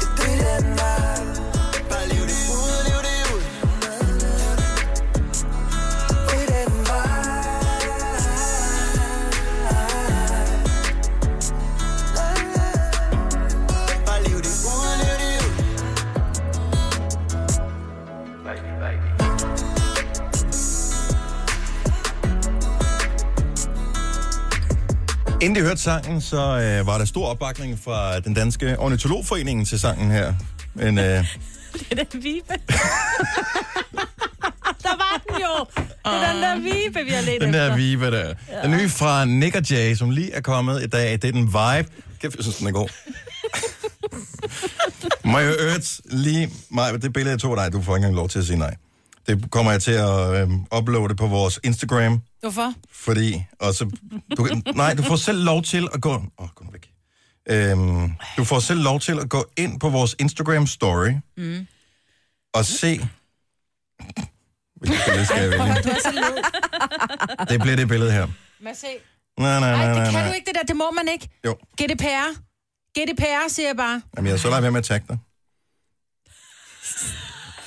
Det er den vibe. Bare lev det ud, lev det ud. Det er den vibe. Bare lev det ud, lev det ud.
Inden de hørte sangen, så øh, var der stor opbakning fra den danske ornitologforening til sangen her. Men *laughs* øh,
*laughs* Det er den vibe. *laughs* der var den jo. Det er den der vibe, vi har let
den
efter.
der vibe der. Den nye fra Nick og Jay, som lige er kommet i dag, det er den vibe. Kæft, jeg synes, den er *laughs* god. Må jeg øvrigt lige... Maja, det billede, jeg tog af dig, du får ikke engang lov til at sige nej. Det kommer jeg til at øh, uploade på vores Instagram,
Hvorfor?
fordi... Og så, du, kan- nej, du får selv lov til at gå... Åh, oh, kom væk. Øhm, du får selv lov til at gå ind på vores Instagram-story
Mm.
og se... Hvilket billede skal jeg
Prøv
vælge?
at høre, du er så led.
Det bliver det billede her.
Må jeg se?
Nej, nej, nej,
Det
nej,
kan
nej.
du ikke, det der. Det må man ikke.
Jo.
GDPR. GDPR, siger jeg bare.
Jamen, jeg er så langt ved med at tagge dig.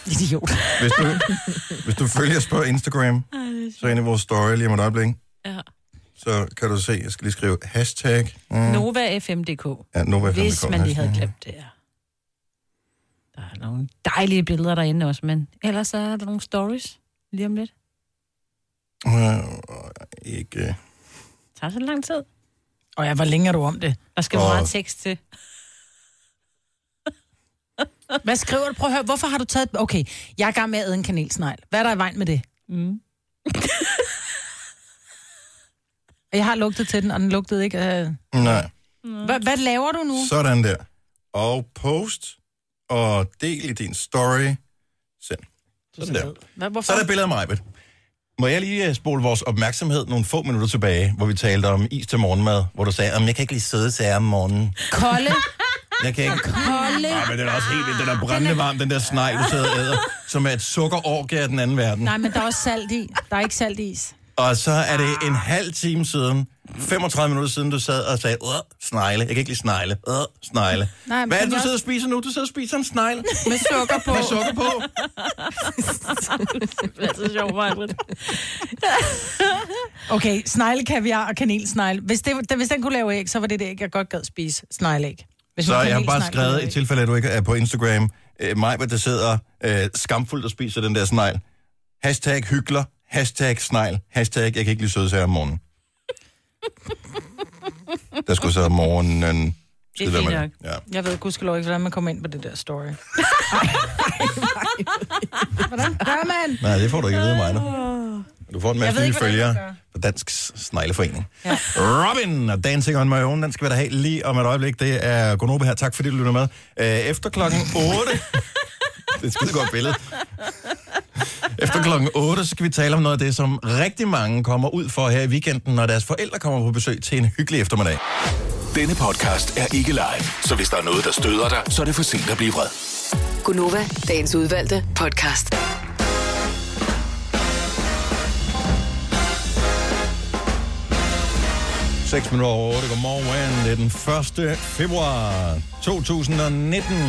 Idiot.
Hvis du, hvis du følger os på Instagram, så ind i vores story lige om et øjeblik,
Ja.
så kan du se, jeg skal lige skrive hashtag. Mm.
Nova FM.dk.
Ja, Nova FM.dk,
Hvis man lige havde
hashtag.
glemt det, ja. Der er nogle dejlige billeder derinde også, men ellers så er der nogle stories lige om lidt.
Øh, ikke...
Det tager så lang tid.
Og ja, hvor længe er du om det?
Der skal
Åh.
oh. meget tekst til.
*laughs* Hvad skriver du? Prøv at høre, hvorfor har du taget... Okay, jeg er i gang med at æde en kanelsnegl. Hvad er der i vejen med det?
Mm.
*laughs* Jeg har lugtet til den, og den lugtede ikke. Øh.
Nej.
Hva- Hvad laver du nu?
Sådan der. Og post, og del i din story. Send. Sådan der.
Hvad, hvorfor?
Så er der billedet af mig, Må jeg lige øh, spole vores opmærksomhed nogle få minutter tilbage, hvor vi talte om is til morgenmad, hvor du sagde, at jeg kan ikke lige sidde til om morgenen.
Kolde.
*laughs* Jeg kan ikke. *laughs*
Kolde.
Ej, men den er også helt vildt. Den er brændende varm, den der snegl, du sidder og æder, som er et sukkerorgie af den anden verden.
Nej, men der er også salt i. Der er ikke salt i
*laughs*
is.
Og så er det en halv time siden, 35 minutter siden, du sad og sagde, Åh, snegle, jeg kan ikke lide snegle, Åh, snegle.
Nej, men
Hvad er
kan
det, du
jeg
sidder og spiser nu? Du sidder og spiser en snegle.
Med sukker på.
Med sukker på.
det er så sjovt, Marvind.
Okay, snegle, kaviar og kanelsnegle. Hvis, det, hvis den kunne lave æg, så var det det æg, jeg godt gad spise. Snegleæg. Hvis
Så
nu
jeg har bare
kanelsnegle kunne
skrevet,
lave
i
æg.
tilfælde, at du ikke er på Instagram, øh, mig, der sidder øh, skamfuldt og spiser den der snegl. Hashtag hykler, hashtag snegl, hashtag jeg kan ikke lide sødsager om morgenen. Der skulle så morgenen... Øh,
Det
skide
er
være
fint
med
nok.
Ja.
Jeg ved gudskelov ikke, hvordan man kommer ind på det der story. hvordan gør man?
Nej, det får du ikke at vide, Maja. Du får en
Jeg
masse
ved
nye
ikke, hvordan man
følgere på Dansk Snegleforening.
Ja.
Robin og Dancing on my own, den skal vi da have lige om et øjeblik. Det er Gunnova her. Tak fordi du lytter med. Øh, Efter
*laughs*
klokken 8... det er et skide godt billede. Efter klokken 8, så skal vi tale om noget af det, som rigtig mange kommer ud for her i weekenden, når deres forældre kommer på besøg til en hyggelig eftermiddag.
Denne podcast er ikke live, så hvis der er noget, der støder dig, så er det for sent at blive vred.
Gunova, dagens udvalgte podcast.
Seks minutter over 8. Godmorgen. Det er den 1. februar 2019. Og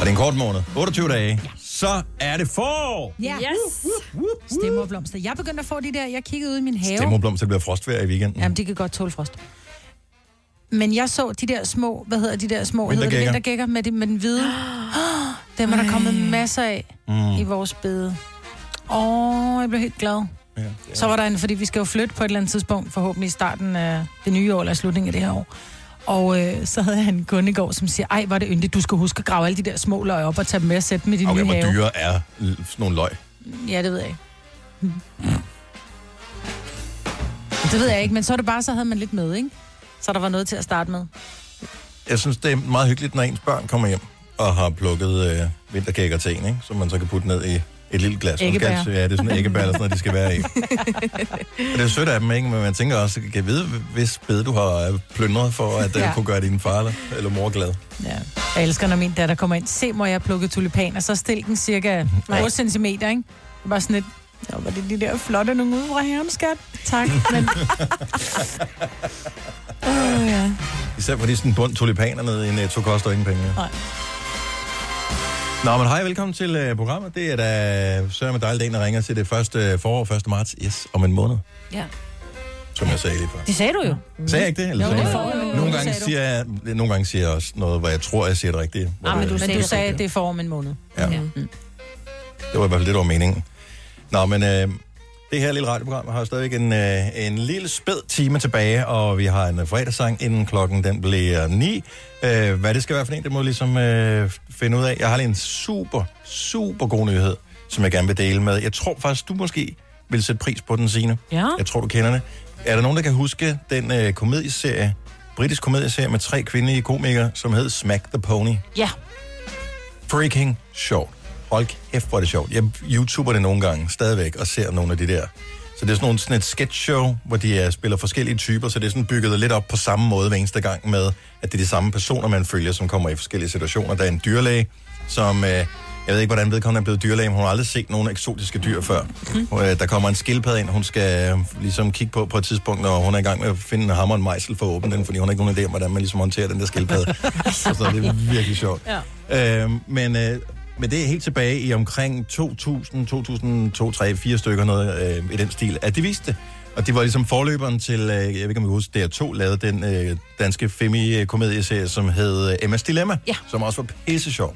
det er en kort måned. 28 dage. Så er det forår.
Ja. Yes. Stemmerblomster. Jeg begyndte at få de der, jeg kiggede ud i min have.
Stemmerblomster bliver frostvejr i weekenden.
Jamen, de kan godt tåle frost. Men jeg så de der små, hvad hedder de der små, hedder det
Vintergækker.
vintergækker med, det, med den hvide.
*gasps*
Dem er der kommet masser af
Mm.
mm. i vores bede. Åh, jeg blev helt glad.
Ja,
så var der en, fordi vi skal jo flytte på et eller andet tidspunkt, forhåbentlig i starten af det nye år eller slutningen af det her år. Og øh, så havde han en kunde i går, som siger, ej, var det yndigt, du skal huske at grave alle de der små løg op og tage dem med og sætte dem i din
Okay,
nye
hvor
have.
dyre er l- sådan nogle løg.
Ja, det ved jeg ikke. Det ved jeg ikke, men så er det bare, så havde man lidt med, ikke? Så der var noget til at starte med.
Jeg synes, det er meget hyggeligt, når ens børn kommer hjem og har plukket øh, vinterkækker til en, ikke? som man så kan putte ned i et lille glas. Hun
Æggebær.
Skal, ja, det er sådan en æggebær, eller sådan noget, de skal være i. Og det er sødt af dem, ikke? men man tænker også, kan jeg vide, hvis bed du har øh, plyndret for at ja.
Ja.
kunne gøre din far eller, eller mor glad?
Ja. Jeg elsker, når min datter kommer ind. Se, må jeg har plukket tulipaner, så stil den cirka 8 cm, ikke? Det er bare sådan lidt, "Nå, var det de der flotte nogle ude fra herren, skat? Tak, *laughs* men... Åh, ja.
Især fordi sådan en bund tulipaner nede i Netto koster ingen penge.
Nej.
Nå, men hej, velkommen til øh, programmet. Det er da Søren med dejligt, en der ringer til det første øh, forår, 1. marts. Yes, om en måned,
Ja.
som jeg sagde lige før.
Det sagde du jo.
Sagde jeg ikke det? Eller
Jo,
sagde jeg
det får man.
Nogle
Det
gange,
sagde du.
siger jeg, nogle gange siger jeg også noget, hvor jeg tror, jeg siger det rigtigt. Hvor
Ah, men
det-
du, men du
det-
sagde, at det er for om en måned. Mm.
Ja. Det var i hvert fald lidt over meningen. Nå, men øh, det her lille radioprogram har stadigvæk en, øh, en lille spæd time tilbage, og vi har en øh, fredagssang, inden klokken den bliver 9. Øh, hvad det skal være for en, det må vi ligesom øh, finde ud af. Jeg har lige en super, super god nyhed, som jeg gerne vil dele med. Jeg tror faktisk, du måske vil sætte pris på den, Signe.
Ja.
Jeg tror, du kender det. Er der nogen, der kan huske den øh, komedieserie, britisk komedieserie med tre kvindelige komikere, som hed Smack the Pony?
Ja.
freaking sjovt. Hold kæft, hvor er det sjovt. Jeg youtuber det nogle gange stadigvæk og ser nogle af de der. Så det er sådan, nogle, sådan et sketchshow, hvor de uh, spiller forskellige typer, så det er sådan bygget lidt op på samme måde hver eneste gang med, at det er de samme personer, man følger, som kommer i forskellige situationer. Der er en dyrlæge, som uh, Jeg ved ikke, hvordan vedkommende er blevet dyrlæge, men hun har aldrig set nogen eksotiske dyr før. Mm. Der kommer en skildpadde ind, hun skal øh, ligesom kigge på på et tidspunkt, når hun er i gang med at finde en hammer og en mejsel for at åbne den, fordi hun har ikke nogen idé om, hvordan man ligesom håndterer den der skildpadde. så det er virkelig sjovt.
Ja.
Øh, men, øh, men det er helt tilbage i omkring 2000, 2000, 2, 3, 4 stykker, noget øh, i den stil, at de viste det. Og det var ligesom forløberen til, øh, jeg ved ikke om I husker, DR2 lavede den øh, danske femi-komedieserie, som hed øh, Emmas Dilemma, ja. som også var pisse sjov.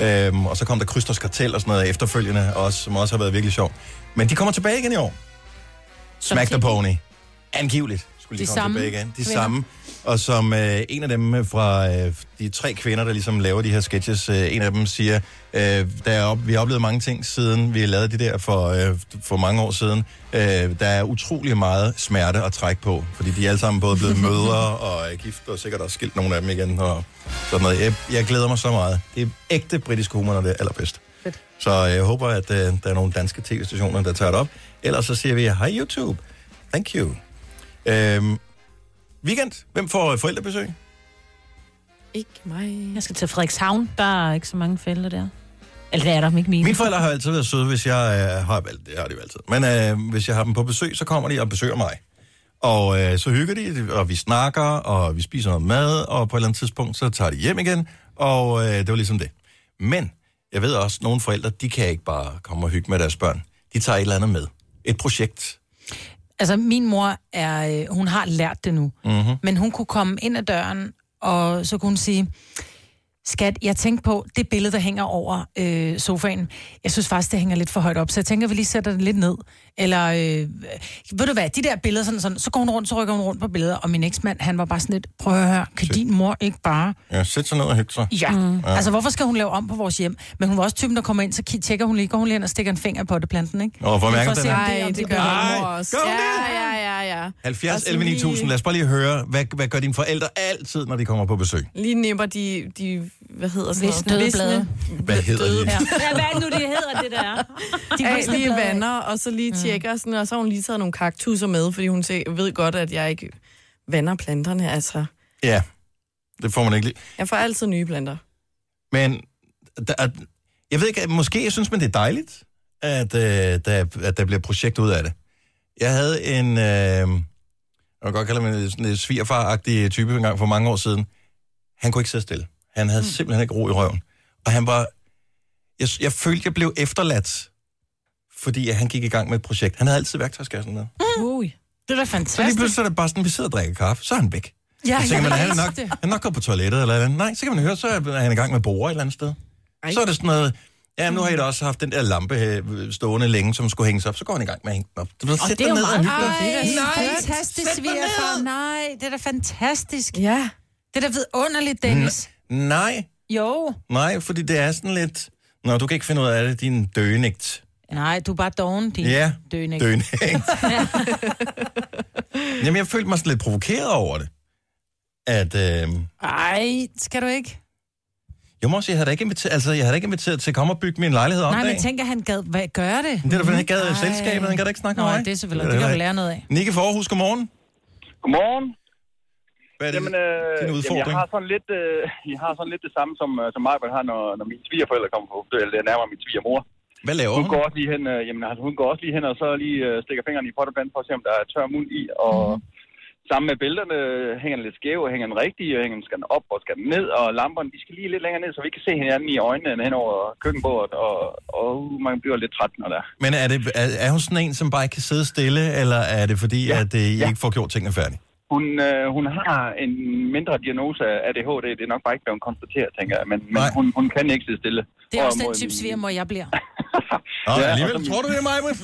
Øhm, og så kom der Krysters Kartel og sådan noget efterfølgende, også, som også har været virkelig sjov. Men de kommer tilbage igen i år. Smack the Pony. Angiveligt skulle de,
De
de komme
samme
tilbage igen. De
kvinder.
samme. Og som øh, en af dem fra øh, de tre kvinder, der ligesom laver de her sketches, øh, en af dem siger, øh, der er op, vi har oplevet mange ting siden vi lavede de der for, øh, for mange år siden. Øh, der er utrolig meget smerte at trække på, fordi de er alle sammen både blevet mødre og er gift, og sikkert også skilt nogle af dem igen. Og sådan noget. Jeg, jeg glæder mig så meget. Det er ægte britisk humor, når det er allerbedst.
Fedt.
Så jeg håber, at øh, der er nogle danske tv-stationer, der tager det op. Ellers så siger vi, hej YouTube. Thank you. Øhm, weekend. Hvem får øh, forældrebesøg?
Ikke mig. Jeg skal til Frederikshavn. Der er ikke så mange forældre der. Eller det er der, men ikke mine.
Mine forældre har altid været søde, hvis jeg øh, har... vel, Det har de jo altid. Men øh, hvis jeg har dem på besøg, så kommer de og besøger mig. Og øh, så hygger de, og vi snakker, og vi spiser noget mad, og på et eller andet tidspunkt, så tager de hjem igen. Og øh, det var ligesom det. Men jeg ved også, at nogle forældre, de kan ikke bare komme og hygge med deres børn. De tager et eller andet med. Et projekt.
Altså, min mor er, øh, hun har lært det nu.
Mm-hmm.
Men hun kunne komme ind ad døren, og så kunne hun sige, skat, jeg tænkte på det billede, der hænger over øh, sofaen. Jeg synes faktisk, det hænger lidt for højt op, så jeg tænker, vi lige sætter det lidt ned. Eller, øh, ved du hvad, de der billeder, sådan, sådan, så går hun rundt, så rykker hun rundt på billeder, og min eksmand, han var bare sådan lidt, prøv at høre, kan din mor ikke bare...
Ja, sæt sig ned og hygge sig.
Ja. Mm. Altså, hvorfor skal hun lave om på vores hjem? Men hun var også typen, der kommer ind, så ki- tjekker hun lige, går hun lige ind og stikker en finger på det planten, ikke?
Åh, hvor mærker
at
den
se, om
her?
Nej,
om
det gør
bliver-
min mor Altså, også.
gør hun
Ja, ja, ja, ja.
70
Også
11
lige-
9000. Lad os bare lige høre, hvad, hvad gør dine forældre altid, når de kommer på besøg?
Lige nipper de, de hvad hedder sådan
Visne dødeblade.
*laughs*
Hvad hedder det?
Ja, hvad er det nu, det hedder, det der?
De Mm.
De
af
visne
lige
blade.
vander, og så lige tjekker, sådan, og så har hun lige taget nogle kaktusser med, fordi hun se- ved godt, at jeg ikke vander planterne, altså.
Ja, det får man ikke lige.
Jeg får altid nye planter.
Men der, er- jeg ved ikke, måske synes man, det er dejligt, at, øh, der, at der bliver projekt ud af det. Jeg havde en, øh, jeg kan godt kalde mig sådan en svigerfar-agtig type en gang for mange år siden. Han kunne ikke sidde stille. Han havde mm. simpelthen ikke ro i røven. Og han var, jeg, jeg følte, jeg blev efterladt, fordi at han gik i gang med et projekt. Han havde altid værktøjskassen med.
Ui,
Så
det er da
lige
fantastisk.
pludselig så er det bare sådan, vi sidder og drikker kaffe, så er han væk.
Ja,
Ja, så tænker
jeg
man, han er
elsker
nok,
det.
han er nok gået på toilettet eller et eller andet. Nej, så kan man høre, så er han i gang med borer et eller andet sted. Ej. Så er det sådan noget, ja, nu har I da også haft den der lampe øh, stående længe, som skulle hænges op, så går han i gang med at hænge den op. Du ved,
Og
sæt
det er
dig
jo
ned og
meget
hygge dig.
Ej,
Nej,
fantastisk,
sæt dig ned.
svigerfar. Nej, det er da fantastisk.
Ja.
Det er da vidunderligt,
Mm.
Dennis.
Nej,
Jo.
nej, fordi det er sådan lidt, nå, du kan ikke finde ud af det, din dønigt.
Nej, du er bare doven, din
Ja,
døning. *laughs*
dønigt. Jamen, jeg følte mig sådan lidt provokeret over det. At, øh,
Ej, skal du ikke?
jeg må også, sige, jeg havde da ikke inviteret, altså, jeg havde da ikke inviteret til at komme og bygge min lejlighed op
Nej,
dag.
men tænk, at han gad hvad, gøre det.
Det er da, fordi han ikke gad
Ej.
selskabet, han kan da ikke snakke
Nå,
med
Nej,
mig.
det er selvfølgelig,
Det er
det kan
da
vi lære noget af.
Nikke fra Aarhus, godmorgen.
Godmorgen.
Hvad er det,
jamen, øh,
din udfordring?
Jamen, jeg, har sådan lidt, øh, jeg har sådan lidt det samme, som, øh, som Margaret har, når, når mine svigerforældre kommer på besøg, eller nærmere min svigermor.
Hvad laver
hun?
hun?
Går også lige hen, øh, jamen, altså, hun går også lige hen og så lige øh, stikker fingrene i potteplanen for at se, om der er tør mund i. Og
Mhm.
sammen med billederne øh, hænger den lidt skæv, og hænger den rigtig, og hænger den, skal den op og skal den ned, og lamperne de skal lige lidt længere ned, så vi kan se hinanden i øjnene hen over køkkenbordet, og, og uh, man bliver lidt træt, når der er.
Men er, det, er, er hun sådan en, som bare ikke kan sidde stille, eller er det fordi, ja. at øh, I ja. ikke får gjort tingene færdige?
Hun, øh, hun har en mindre diagnose af ADHD. Det er nok bare ikke blevet konstateret, tænker jeg. Men, men hun, hun kan ikke sidde stille.
Det er også
Hvorimod
den type
min-
svigermor, jeg bliver.
Nå,
Ja,
ja,
og
alligevel,
så-
tror du det er
*laughs*
mig? Britt?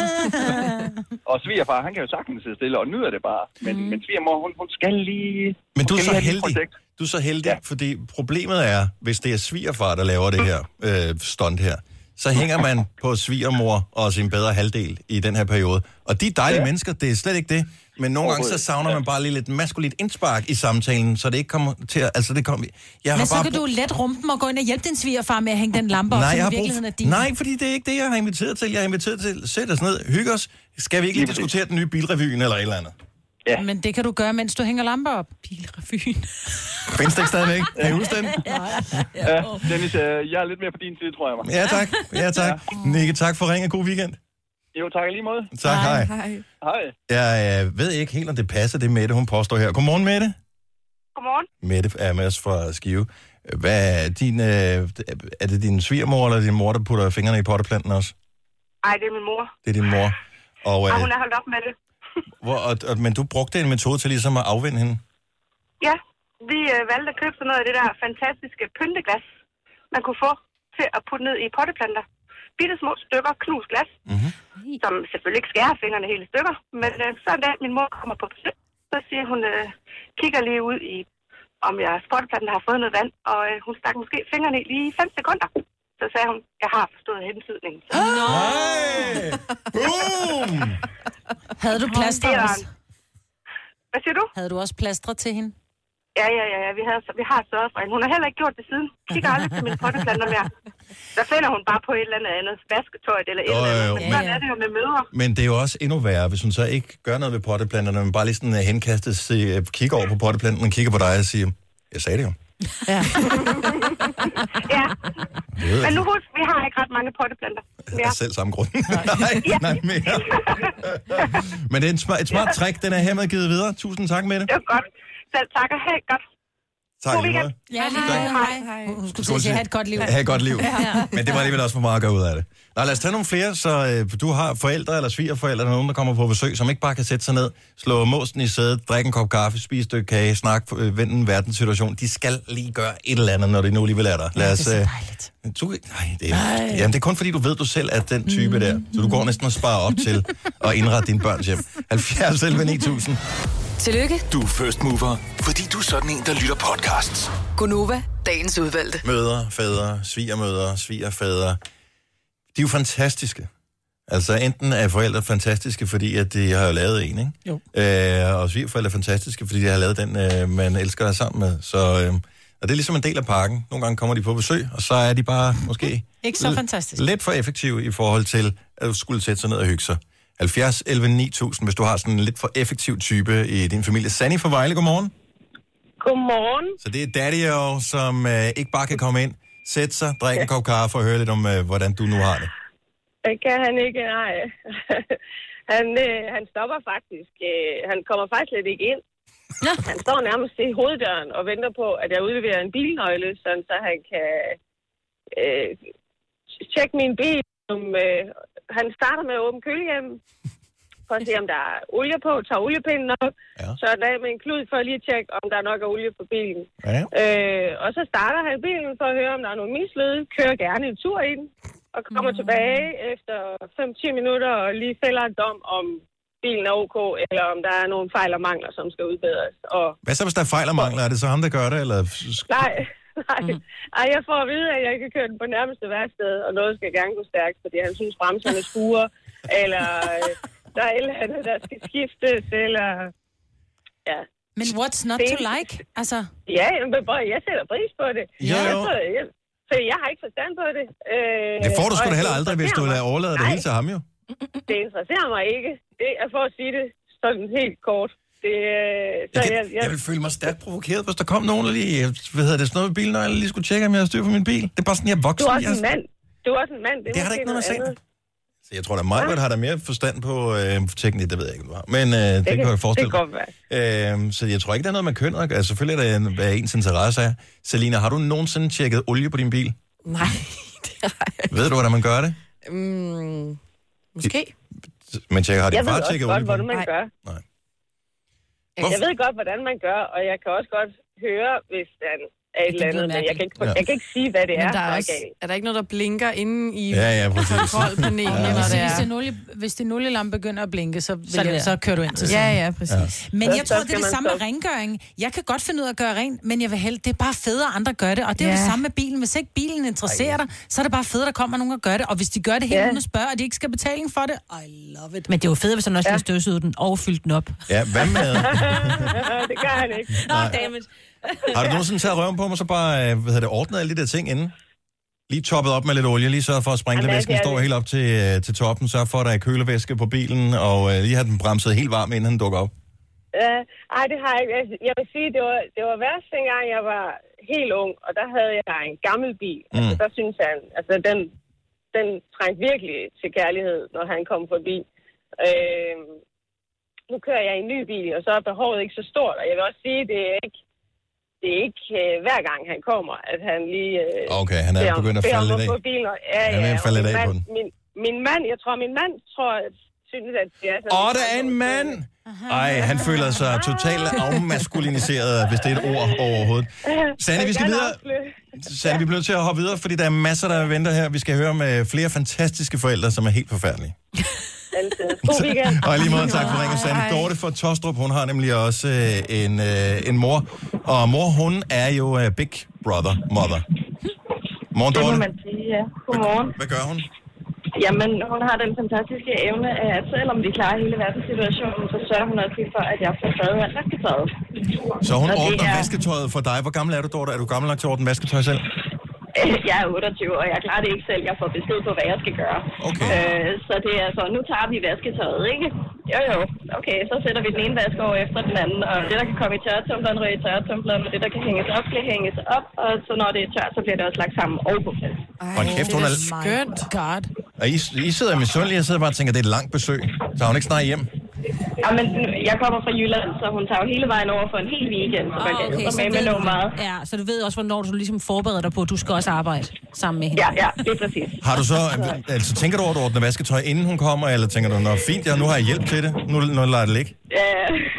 Og svigerfar, han kan jo sagtens sidde stille og nyder det bare. Men, mm. men svigermor, hun, hun skal lige...
Men du
hun
er
skal lige
så
have et
heldig.
projekt.
Du er så heldig, ja. fordi problemet er, hvis det er svigerfar, der laver det her øh, stunt her, så hænger man på svigermor og sin bedre halvdel i den her periode. Og de er dejlige ja. mennesker, det er slet ikke det. Men nogle gange så
Overhovedet.
savner man bare lige lidt maskulint indspark i samtalen, så det ikke kommer til at... Altså, det kommer... Jeg
Men så
bare
kan
brug-
du let rumpen og gå ind og hjælpe din svigerfar med at hænge den lampe op,
Nej,
som i
jeg har brug...
virkeligheden er din.
Nej, fordi det er ikke det, jeg har inviteret til. Jeg har inviteret til, sæt os ned, hygge os. Skal vi ikke lige diskutere den nye bilrevyen eller et eller andet?
Ja.
Men det kan du gøre, mens du hænger lamper op. Bilrevyen.
Findes det ikke
*laughs*
stadigvæk? Kan I huske den?
Ja, Dennis, øh, jeg er lidt mere på din side, tror jeg. Mig.
Ja, tak. Ja, tak. Nikke, tak for ringen. God weekend.
Jo, tak i lige måde.
Tak, hej.
Hej.
Hej.
Jeg øh, ved ikke helt, om det passer, det Mette, hun påstår her. Godmorgen, Mette.
Godmorgen.
Mette er med os fra Skive. Hvad er, din, øh, er det din svigermor eller din mor, der putter fingrene i potteplanten også?
Ej, det er min mor.
Det er din mor. Og,
Og
øh,
hun er holdt op med det.
hvor, og, og, men du brugte en metode til ligesom at afvende hende.
Ja, vi øh, valgte at købe sådan noget af det der fantastiske pynteglas, man kunne få til at putte ned i potteplanter. Bitte små stykker knust glas, mm-hmm. som selvfølgelig ikke skærer fingrene hele i stykker. Men øh, så en dag, min mor kommer på besøg, så siger hun, øh, kigger lige ud i, om jeres potteplanter har fået noget vand, og øh, hun stak måske fingrene i lige 5 sekunder. Så sagde hun, jeg har forstået hentydningen. Så,
Boom!
Havde du plaster
Det er
også?
Hvad siger du?
Havde du også plaster til hende?
Ja, ja, ja, ja. Vi, havde, vi har sørget for hende. Hun har heller ikke gjort det siden. Kigger aldrig på
*laughs*
mine potteplanter mere. Der finder hun bare på et eller andet andet vasketøjet eller et
Jo,
eller andet.
jo, jo.
Men sådan er det jo med mødre.
Men det er jo også endnu værre, hvis hun så ikke gør noget ved potteplanterne, men bare lige sådan øh, henkastet se, øh, kigger over på potteplanten og kigger på dig og siger, jeg sagde det jo.
Ja.
ja.
Det ved jeg
Men nu
ikke.
husk, vi har ikke ret mange potteplanter
Af
mere. *laughs*
selv samme grund. *laughs* nej, nej mere. Men det er en smart, et smart trick, den er hermed givet videre. Tusind tak, Mette.
Det var godt. Selv tak og have det godt.
Tak,
God
i lige
weekend.
måde.
Ja,
hej,
hej, hej. Hun skulle til at sige, have et godt liv.
Ha' et godt liv.
*laughs* Ja.
Men det var alligevel også for meget at gøre ud af det. Nej, lad os tage nogle flere, så øh, du har forældre eller svigerforældre, eller nogen, der kommer på besøg, som ikke bare kan sætte sig ned, slå måsen i sædet, drikke en kop kaffe, spise et stykke kage, snakke, øh, vende en verdenssituation. De skal lige gøre et eller andet, når de nu alligevel er der. Lad os, øh, du, nej, det er,
Nej.
jamen, det er kun fordi, du ved, du selv er den type der.
Mm.
Så du går næsten og sparer op til at indrette dine børns
*laughs*
hjem. 70 11 9000.
Tillykke,
Du er first mover, fordi du er sådan en, der lytter podcasts.
Gunova, dagens udvalgte.
Mødre, fædre, svigermødre, svigerfædre. De er jo fantastiske. Altså enten er forældre fantastiske, fordi at de har lavet en, ikke?
Jo.
Øh, og svigerforældre er fantastiske, fordi de har lavet den, øh, man elsker at være sammen med. Så øh, og det er ligesom en del af pakken. Nogle gange kommer de på besøg, og så er de bare måske...
Ikke så fantastisk.
Lidt for effektive i forhold til at skulle sætte sig ned og hygge sig. 70 11 9000, hvis du har sådan en lidt for effektiv type i din familie. Sanni fra Vejle, godmorgen.
Godmorgen.
Så det er daddy jo, som øh, ikke bare kan komme ind, sætte sig, drikke en kop kaffe og høre lidt om, øh, hvordan du nu har det.
Det Øh, kan han ikke, nej. *laughs* han, øh, han stopper faktisk. Øh, han kommer faktisk slet ikke ind. Han står nærmest i hoveddøren og venter på, at jeg udleverer en bilnøgle, sådan, så han kan øh, tjekke min bil. Om, øh, han starter med at åbne kølehjemmet for at se, om der er olie på, tager oliepinden op, ja. så er der af med en klud for lige at tjekke, om der nok er olie på bilen.
Ja.
Øh, og så starter han bilen for at høre, om der er nogen mislyde, kører gerne en tur ind, og kommer mm. tilbage efter 5-10 minutter og lige fælder en dom, om bilen er ok, eller om der er nogle fejl og mangler, som skal udbedres. Og
Hvad så, hvis der er fejl og mangler? Er det så ham, der gør det? Eller...
Nej, *laughs* nej. Ej, jeg får at vide, at jeg kan køre den på nærmeste værksted, og noget skal gerne gå stærkt, fordi han synes, bremserne skuer, eller øh, der er et eller andet, der skal skiftes, eller... Ja.
Men what's not to like? Altså...
Ja, jamen, men boy, jeg sætter pris på det.
Jo,
Jeg,
jo.
sætter- jeg, for jeg har ikke forstand på det. Øh,
Det får du sgu
og
da heller aldrig, hvis du
interesserer
lader overlade det
Nej.
hele til ham jo.
mig- Det interesserer mig ikke. Det er for at sige det sådan helt kort. Det, øh, så
Jeg,
jeg,
kan, jeg vil føle mig stærkt provokeret, hvis der kom nogen, der lige, øh, hvad hedder det, sådan noget med bilen, og jeg lige skulle tjekke, om jeg har styr på min bil. Det er bare sådan, jeg er
du
voksen.
er også
jeg,
en mand. Du er også en mand. Det,
Det har da ikke noget med sagen Så jeg tror, at Majbert har der mere forstand på øh, teknik, det ved jeg ikke, om du har. Men øh, det, det, kan jeg forestille
Det kan godt være.
mig. Øh, så jeg tror ikke, der er noget med køn. at gøre. Altså, selvfølgelig er det, hvad ens interesse er. Selina, har du nogensinde tjekket olie på din bil?
Nej.
Ved du, hvordan man gør det?
Mm, måske.
Men tjekker, har din
jeg ved
far
også
tjekket
godt,
olie på
hvordan
den?
man gør.
Nej.
Jeg ved godt, hvordan man gør, og jeg kan også godt høre, hvis den er et eller andet, men jeg kan ikke,
Ja.
jeg kan ikke sige, hvad det er,
Men der er,
også...
også, er der ikke noget, der blinker inde i
Ja, ja, præcis.
kontrolpanelet,
Ja.
når
Hvis,
det
hvis,
er?
din olie, hvis din olielampe begynder at blinke, så, vil
Så er det
jeg,
der.
så kører du ind til
Ja,
siden.
ja, præcis.
Men
Så-
jeg
så
tror, det er
skal
det
man
samme med
stoppe.
rengøring. Jeg kan godt finde ud af at gøre rent, men jeg vil hellere, det er bare federe, at andre gør det. Og det er jo
Ja.
det samme med bilen. Hvis ikke bilen interesserer dig, så er det bare federe, der kommer nogen og gør det. Og hvis de gør det helt
Ja.
uden at spørge, og de ikke skal betaling for det, I love it.
Men det er jo fedt, hvis han også ja. lige støvsugede den og fyldte den op.
Ja, hvad
*laughs*
med?
det gør han ikke.
Nå, dammit.
Har du nogensinde taget røven på mig, så bare øh, hvad hedder det, ordnet alle de der ting inden? Lige toppet op med lidt olie, lige sørget for at sprinkle
Jamen,
væsken,
det er
står
det.
helt op til, øh, til toppen, sørg for, at der er kølevæske på bilen, og øh, lige have den bremset helt varm, inden den dukker op.
Ja, ej, det har jeg ikke. Altså, Jeg vil sige, det var, det var værst dengang, jeg var helt ung, og der havde jeg en gammel bil. Mm. Altså, der synes jeg, altså den, den trængte virkelig til kærlighed, når han kom forbi. Øh, nu kører jeg i en ny bil, og så er behovet ikke så stort, og jeg vil også sige, det er ikke, det er ikke øh, hver gang, han kommer, at han lige... Øh,
Okay, han er
beder om-
begyndt at
beder
falde
om
lidt af.
få bilen, og, ja,
Han er
ja,
ved at
og
falde
min
lidt af på
mand- Min, min mand, jeg tror, min mand tror, at synes, at det er sådan...
Åh, der er en mand! Ej, han føler sig totalt afmaskuliniseret, hvis det er et ord overhovedet. Sanne, vi skal videre. Sanne, vi bliver nødt til at hoppe videre, fordi der er masser, der venter her. Vi skal høre om øh, flere fantastiske forældre, som er helt forfærdelige.
Altid. God weekend.
*laughs* Og i lige måde tak for ringen, Sanne. Dorte fra Tostrup, hun har nemlig også øh, en, øh, en mor. Og mor, hun er jo øh, Big Brother Mother. Morgen,
Det må
Dorte.
man sige, ja. Godmorgen.
Hvad gør hun?
Jamen, hun har den fantastiske evne, at selvom vi klarer hele verdenssituationen, så sørger hun også lige for, at jeg får taget alt vasketøjet.
Så hun
Og det
ordner
er-
vasketøjet for dig. Hvor gammel er du, Dorte? Er du gammel nok til at ordne vasketøj selv?
*laughs* Jeg er 28, og jeg klarer det ikke selv. Jeg får besked på, hvad jeg skal gøre.
Okay.
Øh, så det er så, nu tager vi vasketøjet, ikke? Jo, jo. Okay, så sætter vi den ene vask over efter den anden, og det, der kan komme i tørretumbleren, ryger i tørretumbleren, og det, der kan hænges op, kan hænges op, og så når det er tørt, så bliver det også lagt sammen og på plads.
Hold kæft, hun er...
Skønt. God.
Og I, I sidder med sundhed, jeg sidder bare og tænker, det er et langt besøg. Så har hun ikke snart hjem.
Jamen, jeg kommer fra Jylland, så hun tager jo *laughs* *laughs* hele vejen over for en hel weekend, så man
Ah,
kan okay,
så
med med
ved
noget
du-
meget.
Ja, så du ved også, hvornår du ligesom forbereder dig på, at du skal også arbejde sammen med hende.
Ja, ja, det er præcis.
Har
*laughs*
du så, altså tænker du over, at du ordner vasketøj, inden hun kommer, eller tænker du, nå fint, ja, nu har jeg hjælp til det, nu, nu lader jeg det ligge?
Ja,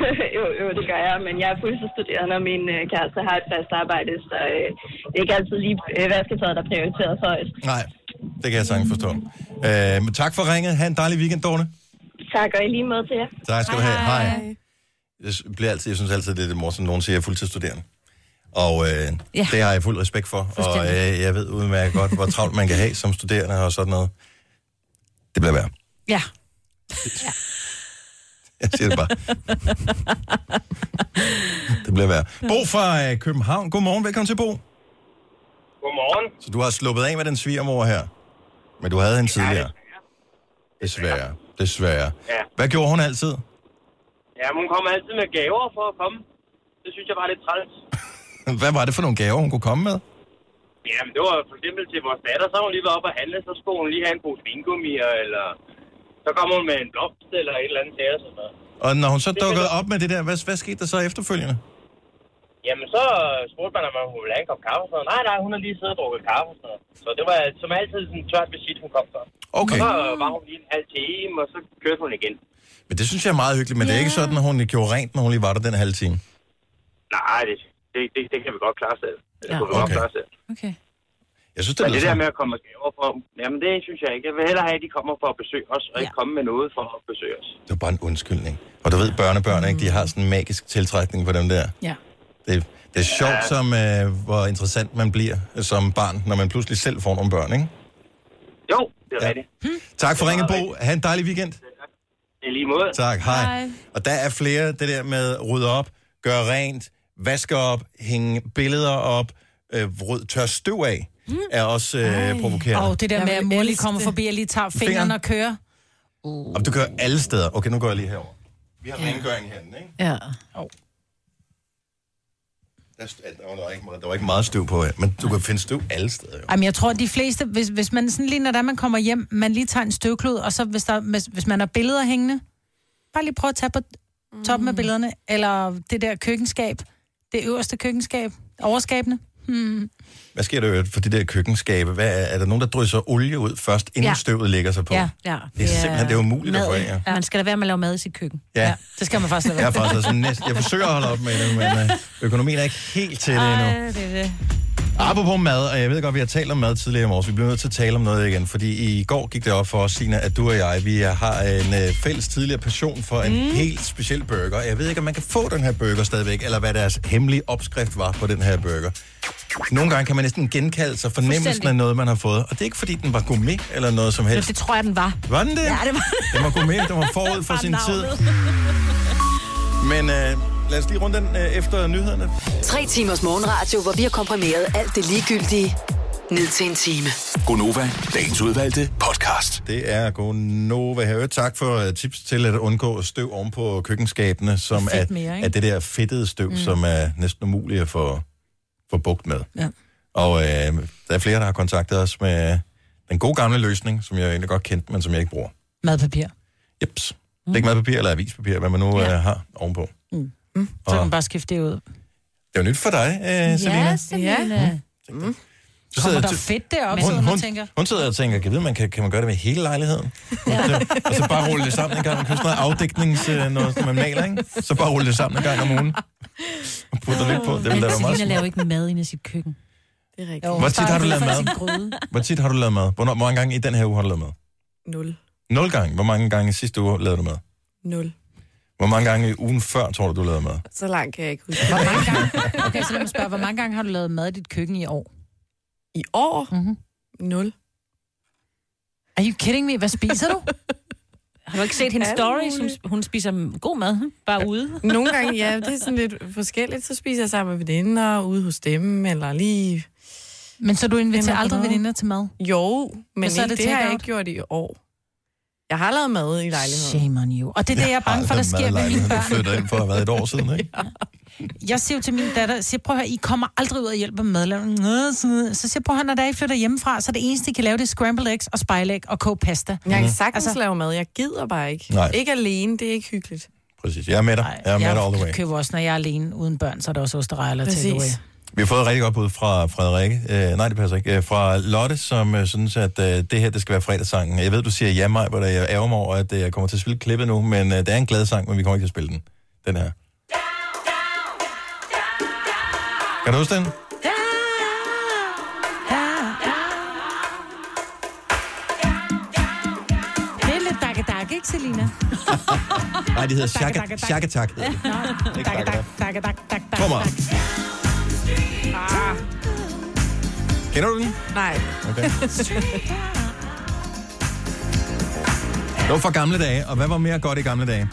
Øh, jo, jo, det gør jeg, men jeg er fuldtidsstuderende, og min øh, kæreste har et fast arbejde, så øh, det er ikke altid lige øh, vasketøjet, der er prioriteret højst.
Nej, det kan jeg sagtens forstå. Øh, men tak for ringet, ha' en dejlig weekend, Dorte.
Tak, og i lige måde til jer.
Tak skal du
Øh,
have, hej. Jeg s- bliver altid, jeg synes altid, det er det morsomt, nogen siger, jeg er fuldtidsstuderende. Og øh,
Ja.
ja. det har jeg fuld respekt for, og øh, jeg ved udmærket godt, hvor travlt man kan have som studerende og sådan noget. Det bliver værd.
Ja.
Jeg siger det bare. det bliver værd. Bo fra øh, København. Godmorgen, velkommen til Bo.
Godmorgen.
Så du har sluppet af med den svigermor her. Men du havde hende tidligere. Desværre. Desværre.
Ja.
Hvad gjorde hun altid?
Ja, men hun kommer altid med gaver for at komme. Det synes jeg var lidt træls.
Hvad var det for nogle gaver, hun kunne komme med?
Jamen, det var for eksempel til vores datter, så har hun lige været op og handle, så skulle hun lige have en pose vingummier, eller så kommer hun med en blomst eller et eller andet til os. Eller.
Og når hun så dukkede op med det der, hvad, hvad skete der så efterfølgende?
Jamen, så spurgte man, om hun ville have en kop kaffe og sådan noget. Nej, nej, hun har lige siddet og drukket kaffe og sådan noget. Så det var som altid sådan en tørt visit, hun kom for.
Okay.
Og så var hun lige en halv time, og så kørte hun igen.
Men det synes jeg er meget hyggeligt, men yeah. det er ikke sådan, at hun gjorde rent, når hun lige var der den halve time.
Nej, det, det, det, det kan vi godt klare selv. Det
Ja.
ja. kunne vi okay. godt
Okay.
klare selv.
Okay.
Jeg synes, det
Men det
lyder
der
som-
med at komme med gaver for, jamen det synes jeg ikke. Jeg vil hellere have, at de kommer for at besøge os, og ikke komme med noget for at besøge os.
Det var bare en undskyldning. Og du ved, børnebørn, ikke? De har sådan en magisk tiltrækning på dem der.
Ja.
Det, det er sjovt, ja. som, øh, hvor interessant man bliver øh, som barn, når man pludselig selv får nogle børn, ikke? Hmm.
Jo, det er ja. rigtigt.
Tak for ringet, Bo. Ha' en dejlig weekend.
Det er lige måde.
Tak, hej.
Hej.
Og der er flere, det der med rydde op, gøre rent, vaske op, hænge billeder op, øh, ryd, tør støv af, er også øh, provokerende.
Åh, oh, det der
Jeg
med, at
vil
mor lige
elske
kommer
det.
forbi og lige tager fingeren
Fingeren.
og kører.
Og du kører alle steder. Okay, nu går jeg lige herover. Vi har rengøring herinde, ikke?
Ja.
Der, st- der, var ikke, meget- der var ikke meget støv på her, men du kan finde støv alle steder, jo.
Jamen, jeg tror, at de fleste, hvis, hvis man sådan lige, når der, man kommer hjem, man lige tager en støvklud, og så hvis, der, hvis, hvis man har billeder hængende, bare lige prøv at tage på toppen af billederne, eller det der køkkenskab, det øverste køkkenskab, overskabene. Hmm.
Hvad sker der i øvrigt for de der køkkenskabe? Hvad er, er der nogen, der drysser olie ud først, inden
Ja.
ja. støvet lægger sig på?
Ja, ja.
Det er simpelthen det er umuligt at få
mad.
af.
Ja. Man skal da være med at lave mad i sit køkken.
Ja.
Det skal man faktisk lade
Jeg, er
være.
faktisk altså næsten, jeg forsøger at holde op med det, men øh, økonomien er ikke helt til det endnu.
Ej, det er det.
Apropos mad, og jeg ved godt, vi har talt om mad tidligere i morges. Vi bliver nødt til at tale om noget igen, fordi i går gik det op for os, Sina, at du og jeg, vi har en øh, fælles tidligere passion for en mm. helt speciel burger. Jeg ved ikke, om man kan få den her burger stadigvæk, eller hvad deres hemmelige opskrift var på den her burger. Nogle gange kan man næsten genkalde sig fornemmelsen
Fuldstændig.
af noget, man har fået. Og det er ikke, fordi den var gourmet eller noget som
Men
helst.
det tror jeg, den var.
Var den det?
Ja, det var
Den var gourmet, den var forud for sin tid. Men øh, lad os lige runde den øh, efter nyhederne.
Tre timers morgenradio, hvor vi har komprimeret alt det ligegyldige ned til en time.
Gonova, dagens udvalgte podcast.
Det er Gonova her. Tak for øh, tips til at undgå støv oven på køkkenskabene, som er,
Fedt mere, ikke?
er det der fedtede støv, mm.
Mm.
som er næsten umuligt at få, få bugt med.
Ja.
Og øh, der er flere, der har kontaktet os med den gode gamle løsning, som jeg egentlig godt kendte, men som jeg ikke bruger.
Madpapir.
Jeps. Mm. Læg madpapir eller avispapir, hvad man nu ja. øh, har ovenpå.
Mm. Mm. Så
Og-
kan man bare skifte det ud.
Det er jo nyt for dig, øh, Selina.
Ja, Selina. Ja. Mm.
Du sidder
Kommer der
til-
fedt deroppe,
hun,
sidder hun,
hun,
og tænker?
hun sidder og tænker, kan, jeg vide, man kan, kan man gøre det med hele lejligheden? Ja. og så bare rulle det sammen en gang. Man kan sådan noget afdæknings, øh, noget, som man maler, ikke? Så bare rulle det sammen en gang om ugen. Og putter lidt på. Det vil da være meget
Selina laver
smart.
ikke mad inde i sit køkken.
Det er rigtigt.
Jo,
Hvor tit har du lavet
Faktisk
mad?
en gryde.
Hvor tit har du lavet mad? Hvornår, hvor mange gange i den her uge har du lavet mad?
Nul.
Nul gange. Hvor mange gange i sidste uge lavede du mad?
Nul.
Hvor mange gange i ugen før, tror du, du lavede mad?
Så langt kan jeg ikke huske.
Hvor mange gange, *laughs* okay, så lad mig spørge, hvor mange gange har du lavet mad i dit køkken i år?
I år?
Mm-hmm.
Nul.
Are you kidding me? Hvad spiser
*laughs*
du?
Har du ikke set hendes
Alt
story, som
muligt.
hun spiser god mad, hm? bare ude?
Nogle gange, ja, det er sådan lidt forskelligt. Så spiser jeg sammen med veninder, ude hos dem, eller lige...
Men så du inviterer
Finder på
aldrig
noget.
veninder til mad?
Jo, men
så
så
er
ikke,
det
det, det har jeg
takeout.
ikke gjort i år. Jeg har lavet mad i lejligheden.
Shame on you. Og det er det, jeg er bange for, der sker med mine
Du
børn.
flytter ind for at have været et år siden, ikke?
Jeg siger jo til min datter, siger, prøv at høre, I kommer aldrig ud og hjælpe med madlavning. Nå, sådan noget. Så siger jeg, prøv at høre, når der I flytter hjemmefra, så det eneste, I kan lave, det er scrambled eggs og spejlæg og koge pasta.
Jeg kan sagtens altså, lave mad. Jeg gider bare ikke.
Mm. Nej.
Ikke alene, det er ikke hyggeligt.
Præcis. Jeg er med dig. Jeg er med dig all the way.
køber også, når jeg er alene uden børn, så er der også osterejer eller
Præcis.
takeaway.
Vi har fået et rigtig godt bud fra Frederikke. Øh, nej, det passer ikke. Øh, fra Lotte, som øh, synes, at øh, det her det skal være fredagssangen. Jeg ved, du siger ja, mig, hvor jeg ærger mig over, at øh, jeg kommer til at spille klippet nu, men øh, det er en glad sang, men vi kommer ikke til at spille den. Den her. Kan du huske den?
Det er lidt dakke dakke, ikke *laughs* Selina?
Nej, det hedder Shaka-
Dakke, dakke, dakke.
Shakatak. hedder det.
Nå,
Ikke
dakke,
Shakatak.
dakke, dakke, dakke, dakke, dakke.
Kom her. Kender du den?
Nej.
Okay. Det var fra gamle dage, og hvad var mere godt i gamle dage?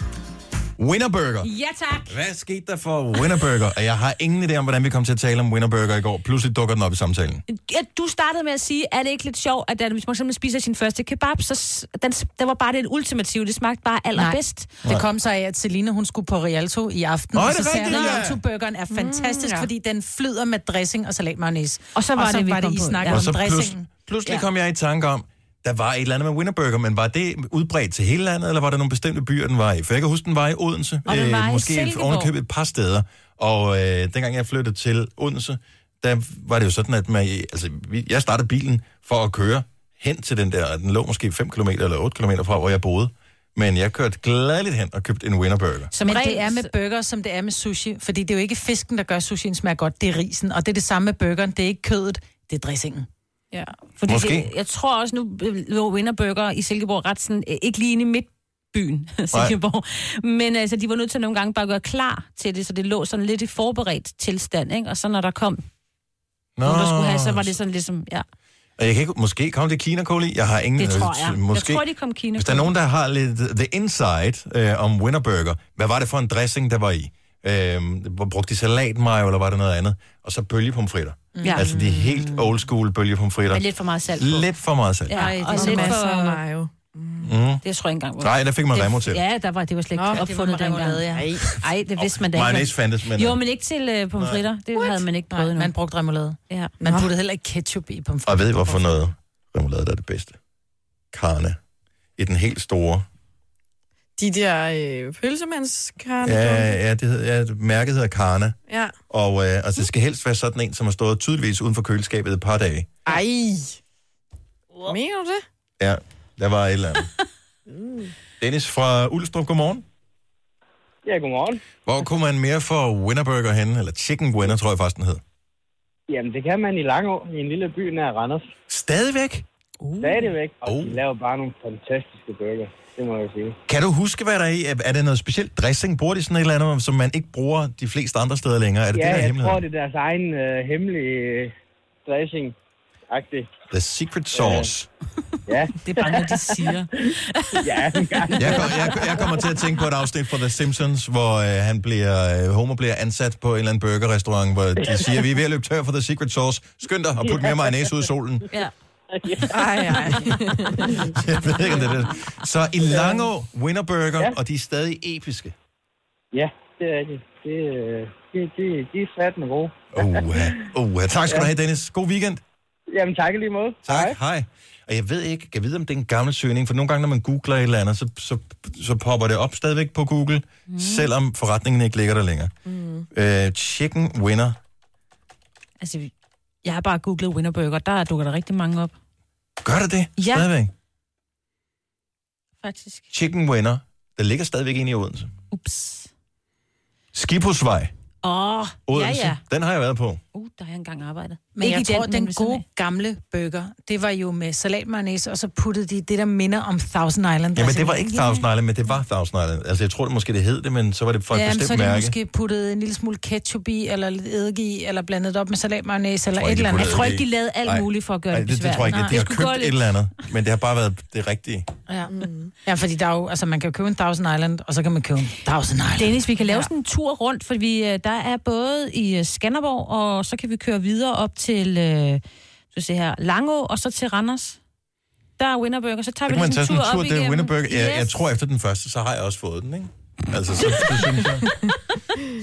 Winnerburger.
Ja, tak.
Hvad skete der for Winnerburger? Og jeg har ingen idé om, hvordan vi kom til at tale om Winnerburger i går. Pludselig dukker den op i samtalen.
Ja, du startede med at sige, er det ikke lidt sjovt, at da- hvis man simpelthen spiser sin første kebab, så s- den, s- den var bare det ultimative, det smagte bare allerbedst.
Det kom så af, at Selina hun skulle på Rialto i aften.
Nå, er
og
det
så sagde
rigtigt,
jeg,
ja.
Rialto-burgeren er fantastisk,
Mm,
mm,
ja.
ja. fordi den flyder med dressing og salatmayonnaise.
Og så var det, vi
var det
kom
I
på.
snakkede
Og
om
så plus,
dressingen.
pludselig
Ja.
kom jeg i tanke om, der var et eller andet med Winnerburger, men var det udbredt til hele landet, eller var der nogle bestemte byer, den var i? For jeg kan huske, den var i Odense, Øh,
Og den var i
måske
Silkeborg.
ovenkøbet et par steder. Og øh, dengang jeg flyttede til Odense, der var det jo sådan, at man, altså, vi- jeg startede bilen for at køre hen til den der, og den lå måske 5 km eller 8 km fra, hvor jeg boede. Men jeg kørte gladeligt hen og købte en Winnerburger.
Som Men det er med burger, som det er med sushi. Fordi det er jo ikke fisken, der gør sushien smager godt. Det er risen. Og det er det samme med burgeren. Det er ikke kødet. Det er dressingen.
Ja. Fordi
Måske.
Det, jeg tror også, nu øh, lå Winnerburger i Silkeborg ret sådan, øh, ikke lige inde i midtbyen, *laughs* Silkeborg. Men altså, de var nødt til nogle gange bare at gøre klar til det, så det lå sådan lidt i forberedt tilstand, ikke? Og så når der kom Nå. nogen, der skulle have, så var det sådan ligesom, ja.
Og jeg kan ikke, måske kom det kinakål i. Jeg har ingen...
Det tror jeg.
Øh, Måske,
Jeg tror, de kom kinakål.
Hvis der er nogen, der har lidt the inside øh, om Winnerburger, hvad var det for en dressing, der var i? Øh, hvor brugte de salatmayo, eller var det noget andet? Og så bølgepomfritter.
Ja.
Ja. Altså de helt old school bølgepomfritter.
Med lidt for meget salt på.
Lidt for meget salt.
Ja,
Ja.
Ej, det
og
er lidt
masser
for...
af mayo.
Mm.
Det tror jeg ikke engang.
Nej, der fik man
Det-
Remo til.
Ja, der var, det var slet ikke
Nå, det var
opfundet
Remo
dengang.
lavede, ja.
Nej, Ej, det vidste man da ikke.
Mayonnaise fandtes, men...
Jo, men ikke til øh, pomfritter. Det What? havde man ikke prøvet
Nej,
nu.
man brugte remoulade.
Ja.
Man puttede heller ikke ketchup i pomfritter.
Og ved I, hvorfor noget remoulade der er det bedste? Karne. I den helt store.
De der øh, pølsemandskarne.
Ja, ja, det hedder, ja, mærket hedder Karne.
ja.
Og øh,
Mm.
altså, det skal helst være sådan en, som har stået tydeligvis uden for køleskabet et par dage.
Ej. Mener du det?
Ja, der var et eller
*laughs*
andet. Dennis fra Ulstrup, godmorgen.
Ja, godmorgen.
Hvor kunne man mere for Winnerburger hen? Eller Chicken Winner, tror jeg faktisk, den hed.
Jamen, det kan man i Langå, i en lille by nær Randers.
Stadigvæk?
Uh. Stadigvæk. Og uh. de laver bare nogle fantastiske burger. Det må jeg jo sige.
Kan du huske, hvad der er i? Er- Er det noget specielt dressing? Bruger de sådan et eller andet, som man ikke bruger de fleste andre steder længere? Er det
ja,
det, der er
jeg
hemmeligheden?
tror, det er deres egen øh, hemmelige øh, dressing. agtig
The secret sauce. *laughs*
Ja.
Det er bare noget, de siger.
ja,
Jeg, kom, jeg, jeg kommer til at tænke på et afsnit fra The Simpsons, hvor øh, han bliver, øh, Homer bliver ansat på en eller anden burgerrestaurant, hvor de siger, vi er ved at løbe tør for The Secret Sauce. Skynd dig og put mere mayonnaise ud i solen.
Ja.
Ej, ej.
Jeg ved ikke, om det er det. Så i Langå, Winner Burger, ja. og de er stadig episke.
ja, det er det. Det, øh, det, det, de er satme gode.
Uha, uha. Tak skal du
Ja.
have, Dennis. God weekend.
Jamen, tak i lige måde.
Tak, hej. hej. Og jeg ved ikke, jeg ved, om det er en gammel søgning, for nogle gange, når man googler et eller andet, så, så, så popper det op stadigvæk på Google, mm. selvom forretningen ikke ligger der længere. Mm. Øh, chicken Winner.
Altså, jeg har bare googlet Winner Burger. Der dukker der rigtig mange op,
Gør det det?
Ja.
Stadigvæk.
faktisk.
Chicken Winner. Der ligger stadigvæk en i Odense.
Ups.
Skibhusvej,
Åh, oh, ja,
Odense.
ja.
Den har jeg været på.
Uh, der har jeg engang arbejdet.
Men ikke jeg tror, den, den
ved siden
gode gamle burger, det var jo med salatmayonnaise, og så puttede de det, der minder om Thousand Island.
Jamen,
Altså,
det var ikke Thousand Island, men det var Thousand Island. Altså, jeg tror det måske, det hed det, men så var det for et
ja, men
bestemt
så er de
mærke.
måske puttet en lille smule ketchup i, eller lidt eddike i, eller blandet det op med salatmayonnaise, eller
tror
et
ikke, de
eller andet.
puttede Jeg tror ikke, de
lavede alt
Nej.
muligt for at gøre
Nej,
det
det, det tror jeg ikke. De har
besværligt. Nej. Det skulle
købt
gå
et
lidt.
eller andet, men det har bare været det rigtige.
Ja. Mm. ja, fordi der er jo, altså man kan jo købe en Thousand Island, og så kan man købe en Thousand Island.
Dennis, vi kan lave sådan en tur rundt, for vi, øh, der er både i øh, Skanderborg, og så kan vi køre videre op til øh, du ser her, Langå, og så til Randers. Der er Winnerburger, så tager
Så kan
vi
man
lige
tage sådan en tur,
op
det er
igennem.
Winnerburger. Jeg, jeg
Yes.
tror, efter den første, så har jeg også fået den, ikke?
Mm.
Altså, så, så synes jeg,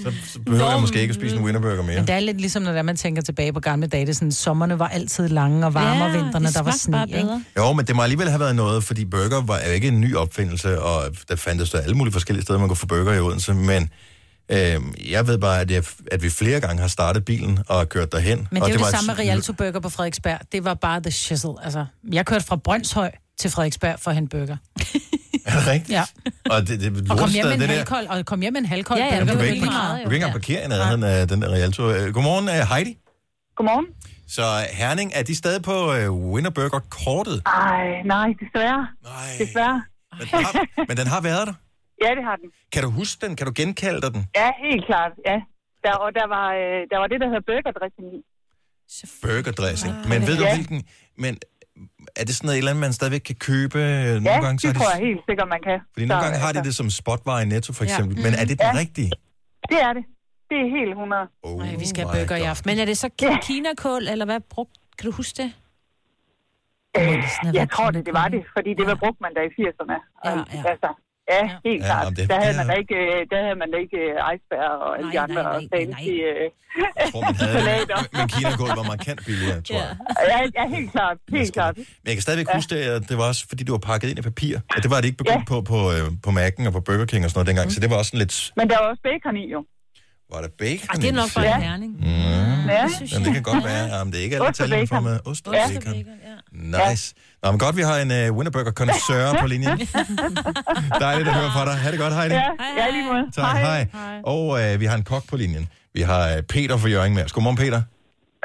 så, så behøver jeg måske ikke at spise en Winnerburger mere.
Men det er lidt ligesom, når det er, man tænker tilbage på gamle dage. Det er sådan, sommerne var altid lange og varme,
Ja,
og vinterne,
det
der var
smagte
sne.
bare
Ikke?
bedre.
Jo, men det må alligevel have været noget, fordi burger var jo ikke en ny opfindelse, og der fandtes der alle mulige forskellige steder, man kunne få burger i Odense, men øh, jeg ved bare, at, jeg, at vi flere gange har startet bilen og kørt derhen.
Men det er
og
jo det,
var
det
et-
samme med Rialto Burger på Frederiksberg. Det var bare the shizzle. Altså, jeg kørte fra Brøndshøj til Frederiksberg for at hente burger.
*laughs* Er det rigtigt?
Ja.
Og det, det, det,
Og kom hjem med
det
en
der.
halvkold, og kom hjem med en halvkold
Ja, ja, du,
burger.
kan
Det
ikke,
var lige
parkere,
meget,
du
jo.
kan ikke engang parkere i nærheden af den der Rialto. Øh, Godmorgen, øh, Heidi.
Godmorgen.
Så øh, Herning, er de stadig på øh, Winnerburger-kortet?
Ej, nej, desværre.
Nej.
Desværre.
Men den,
Ah.
har, men den har været der.
*laughs* Ja, det har den.
Kan du huske den? Kan du genkalde dig den?
Ja, helt klart, ja. Der, og der var, øh, der var det, der hedder burgerdressing i.
Burgerdressing. Men ved du
Ja.
hvilken... Men er det sådan noget, et eller andet, man stadigvæk kan købe? øh, Nogle
ja,
gange, så
det
er det,
tror jeg helt sikkert, man kan.
Fordi nogle gange har de
altså,
det som spotvarer i Netto, for
Ja.
eksempel. Men er det den
Ja.
rigtige?
*laughs* Det er det. Det er helt 100.
Oh,
Nej,
vi skal
have my burger i God.
Men er det så ki- kinakål, eller hvad brugt? Kan du huske det?
Øh, jeg tror det, det var det, fordi det var brugt man da i 80'erne. Ja, ja. Altså, ja, helt
Ja,
klart.
jamen, det-
der, havde
det
man
er-
da ikke, øh, der havde man da ikke øh, iceberg og alle de andre nej, fancy øh, salater.
Men Kina-gulv var markant billigere, tror jeg.
ja, ja, helt klart. Helt klart.
Men jeg kan stadigvæk huske det, at det var også, fordi du var pakket ind i papir. Og det var det ikke begyndt på på, øh, på Mac'en og på Burger King og sådan noget dengang. Så det var også sådan lidt...
Men der var også bacon i, jo.
Var der bacon?
det er nok bare en
herning.
Mm.
Ja.
Jamen, det kan godt være. Jamen, det er ikke alle
Ost og
tallene for
bacon.
med ost og
Ja.
bacon. Nice. Nå, men godt, vi har en uh, Winterburger-kondensør på *laughs*
*laughs*
linjen. Dejligt at høre fra dig. Ha' det godt, Heidi.
Ja, ja i lige måde.
Tak, hej. hej. Og øh, vi har en kok på linjen. Vi har øh, Peter fra Jørgen med os. Godmorgen, Peter.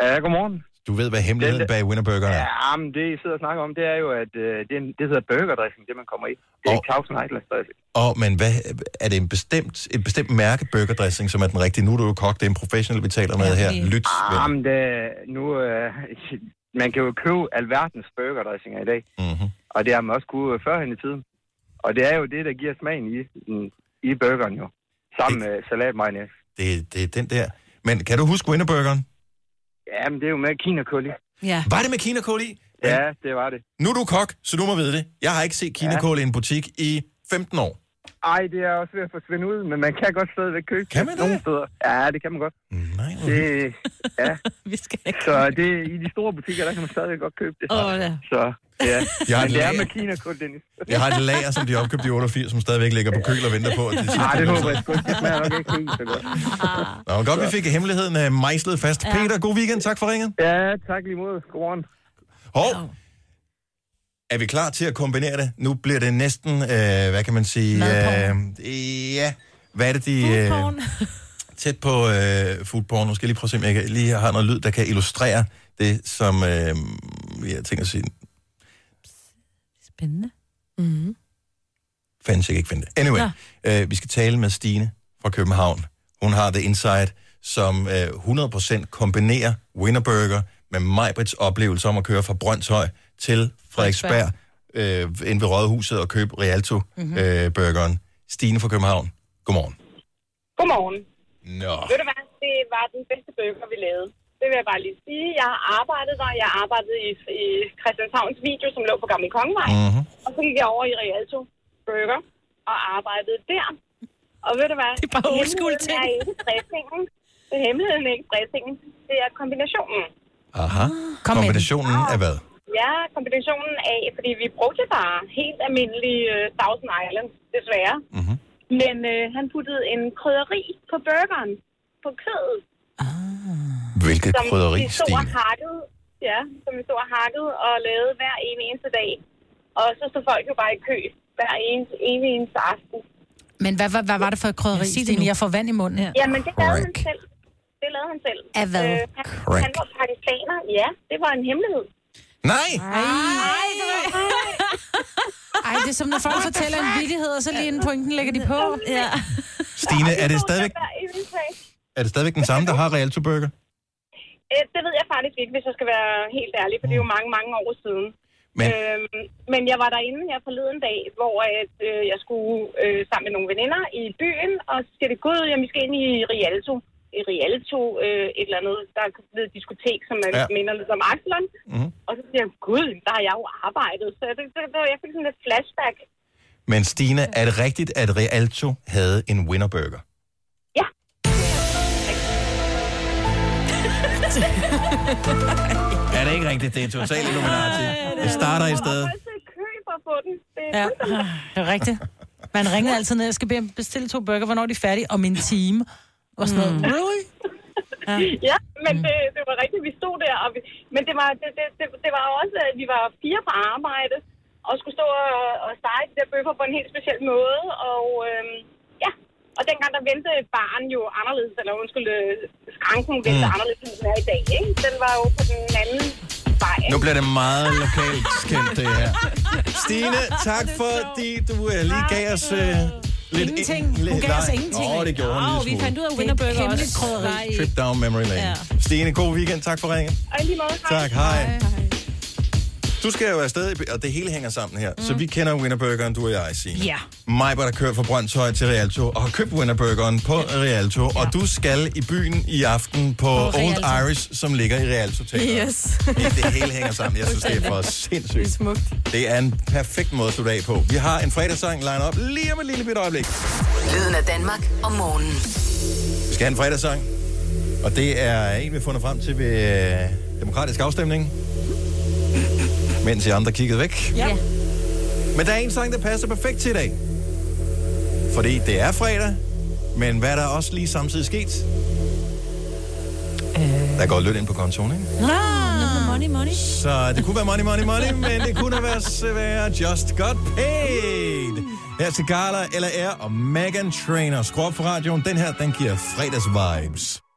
Ja, godmorgen.
Du ved, hvad hemmeligheden
Den-
bag Winterburger er.
Ja, men det, I sidder og snakker om, det er jo, at øh, det, er en- det hedder burgerdressing, det man kommer i. Det er ikke Thousand Island dressing.
Og, men hvad, er det en bestemt, et bestemt mærke burgerdressing, som er den rigtige? Nu er du jo kok, det er en professionel, vi taler med her. Lyt.
Ah, men det, nu, øh, *laughs* man kan jo købe alverdens burgerdressinger i dag.
Mm-hmm.
Og det har man også kunne øh, førhen i tiden. Og det er jo det, der giver smagen i, den- i burgeren jo. Sammen med salatmayonnaise.
Det, det er den der. Men kan du huske Winterburgeren?
Ja, men det er jo med kinakål i.
Ja.
Var det med kinakål i?
Ja, det var det.
Nu er du kok, så du må vide det. Jeg har ikke set kinakål i en butik i 15 år.
Ej, det er også ved at forsvinde ud, men man kan godt stadigvæk købe kan man nogle steder. Ja, det kan man godt.
Mm, Nej,
det, ja.
*laughs* Vi skal ikke.
Så det, i de store butikker, der kan man stadigvæk godt købe det.
Åh, ja.
Så ja,
*laughs* Jeg har
men
et
det er
lager.
med kinakål, Dennis.
Jeg har et lager, som de opkøbte i 88, som stadigvæk ligger på køl og venter på. at de
Nej, det
skal-
håber jeg sgu ikke. Det smager nok ikke helt så godt.
Nå, men godt, vi fik hemmeligheden øh, mejslet fast. Ja. Peter, god weekend. Tak for ringen.
Ja, tak lige mod. Godmorgen.
Hov. Er vi klar til at kombinere det? Nu bliver det næsten, øh, hvad kan man sige?
Madporn.
Øh, ja. Hvad er det, de... Øh, *laughs* tæt på øh, foodporn. Nu skal jeg lige prøve at se, om jeg kan- lige har noget lyd, der kan illustrere det, som øh, jeg tænker at sige.
Spændende. Mm-hmm.
Fanden, jeg kan ikke finde det. Anyway, øh, vi skal tale med Stine fra København. Hun har The Insight, som øh, 100% kombinerer Winnerburger med Majbrits oplevelse om at køre fra Brøndshøj til Frederiksberg, øh, ind ved Rådhuset og købe
Mhm.
Rialto-burgeren. Stine fra København, godmorgen.
Godmorgen.
Nå.
Ved du hvad? Det var den bedste burger, vi lavede. Det vil jeg bare lige sige. Jeg har arbejdet der. Jeg arbejdede i, i Christianshavns Video, som lå på Gamle Kongevej.
Mhm.
Mm-hmm. Og så gik jeg over i Rialto Burger og arbejdede der. Og ved du hvad? Det er
bare old school ting.
er ikke dressingen. Det er hemmeligheden er ikke dressingen. Det er kombinationen.
Aha. Kombinationen af hvad?
Ja, kombinationen af, fordi vi brugte bare helt almindelige uh, Thousand Island, desværre. Mm-hmm.
Mhm.
Men øh, han puttede en krydderi på burgeren, på kødet.
Ah. Hvilket
som
krydderi,
vi stod og
Stine?
hakkede, ja, som vi stod og hakkede og lavede hver en eneste dag. Og så stod folk jo bare i kø hver en, en eneste aften.
Men hvad, hvad, hvad var det for et krydderi,
Sig det
Stine?
nu.
Jeg får vand i munden. Ja.
Jamen, det lavede han selv. Det lavede han selv. Øh,
Af hvad?
han, han var pakistaner, ja. Det var en hemmelighed.
Nej!
Ej, det var... Ej, det er som, når folk fortæller en vittighed, og så lige inden pointen lægger de på.
Ja.
Stine, er det stadigvæk,
Hver eneste dag.
er det stadigvæk den samme, der har Rialto-burger?
Øh, Det ved jeg faktisk ikke, hvis jeg skal være helt ærlig, for det er jo mange, mange år siden.
Men-
Men, øhm, men jeg var derinde her forleden dag, hvor at, øh, jeg skulle øh, sammen med nogle veninder i byen, og så siger det, gud, jamen, vi skal ind i Rialto. I Rialto, øh, et eller andet, der er blevet et diskotek, som man
Ja.
ja. minder lidt om Axelon.
Mhm.
Mm. Og så siger jeg, gud, der har jeg jo arbejdet. Så det, det, det, jeg fik sådan et flashback.
Men Stine, er det rigtigt, at Rialto havde en winnerburger?
Ja.
Er det ikke rigtigt? Det er totalt Illuminati. Det starter i stedet.
køber på den. Det er
Ja, *laughs* det er rigtigt. Man ringer altid ned, jeg skal be- bestille to burger, hvornår er de er færdige, om en time. Og sådan noget.
Mm.
Really? Mm.
Ja, *laughs* ja men det, det var rigtigt, vi stod der. Og vi, men det var, det, det, det, det var også, at vi var fire på arbejde, og skulle stå og, og stege de der bøffer på en helt speciel måde. Og øhm, ja, og dengang der vendte barn jo anderledes, eller undskyld, øh, skranken vendte
Mm.
mm. anderledes, end den er i dag. Ikke? Den var jo på den anden vej.
Nu bliver det meget lokalt kendt, det her. Stine, tak fordi du øh, lige gav os øh, lidt...
Ingenting. Hun
lidt-
gav os
nej.
ingenting.
Åh, det gjorde hun
Åh,
en
vi
lille
fandt ud
smule.
af
Det er
Winner
et
Burger
hemmeligt
også.
krydderi.
Nej.
Trip down memory lane. Stine, god weekend. Tak for ringen.
Og i lige måde, hej.
Tak, hej. Du skal jo afsted, og det hele hænger sammen her. Så vi kender Winnerburgeren, du og jeg, Signe.
Ja.
Mig var der kørt fra Brøndshøj til Rialto, og har købt Winnerburgeren på Rialto, og du skal i byen i aften på,
På
Old
Rialto.
Irish, som ligger i Rialto Teateret.
Yes.
Det hele hænger sammen. Jeg synes, det er for sindssygt. Det er
smukt.
Det er en perfekt måde at slutte af på. Vi har en fredagssang line op lige om et lille bitte øjeblik.
Lyden af Danmark om morgenen.
Vi skal have en fredagssang, og det er en, vi har fundet frem til ved øh, demokratisk afstemning. Mens I andre kiggede væk.
øh,
Ja.
Men der er en sang, der passer perfekt til i dag. Fordi det er fredag, men hvad er der også lige samtidig sket? Der går lidt ind på kontoen, ikke?
Ah. Money, money.
Så det kunne være money, money, money, men det kunne også være just got paid. Her til Carla, LR og Megan Trainer. Skru op for radioen. Den her, den giver fredags vibes.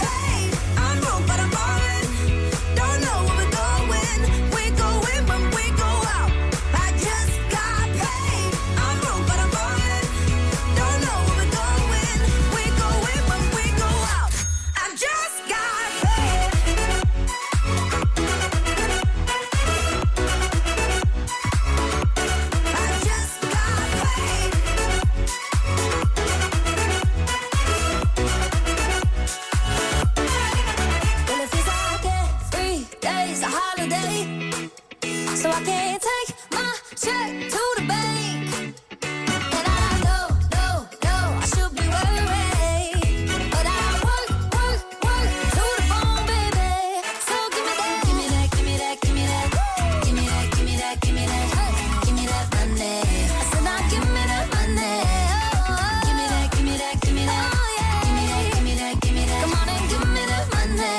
paid. I'm broke, but I'm balling. Don't know where we're going. We're going when we go out. I just got paid. I'm broke, but I'm balling. Don't know where we're going. We're going when we go out. I just got paid. I just got paid. Well, it feels like every day's a holiday. So I can't take my check to the bank. And I know, know, know I should be worried. But I work, work, work to the bone, baby. So give me that, give me that, give me that, give me that. Give me that, give me that, give me that. Hey, Give me that money. I said, now give me that money. Oh, oh. Give me that, give me that, give me that. Oh, Give me that, give me that, give me that. Come on and give me that money.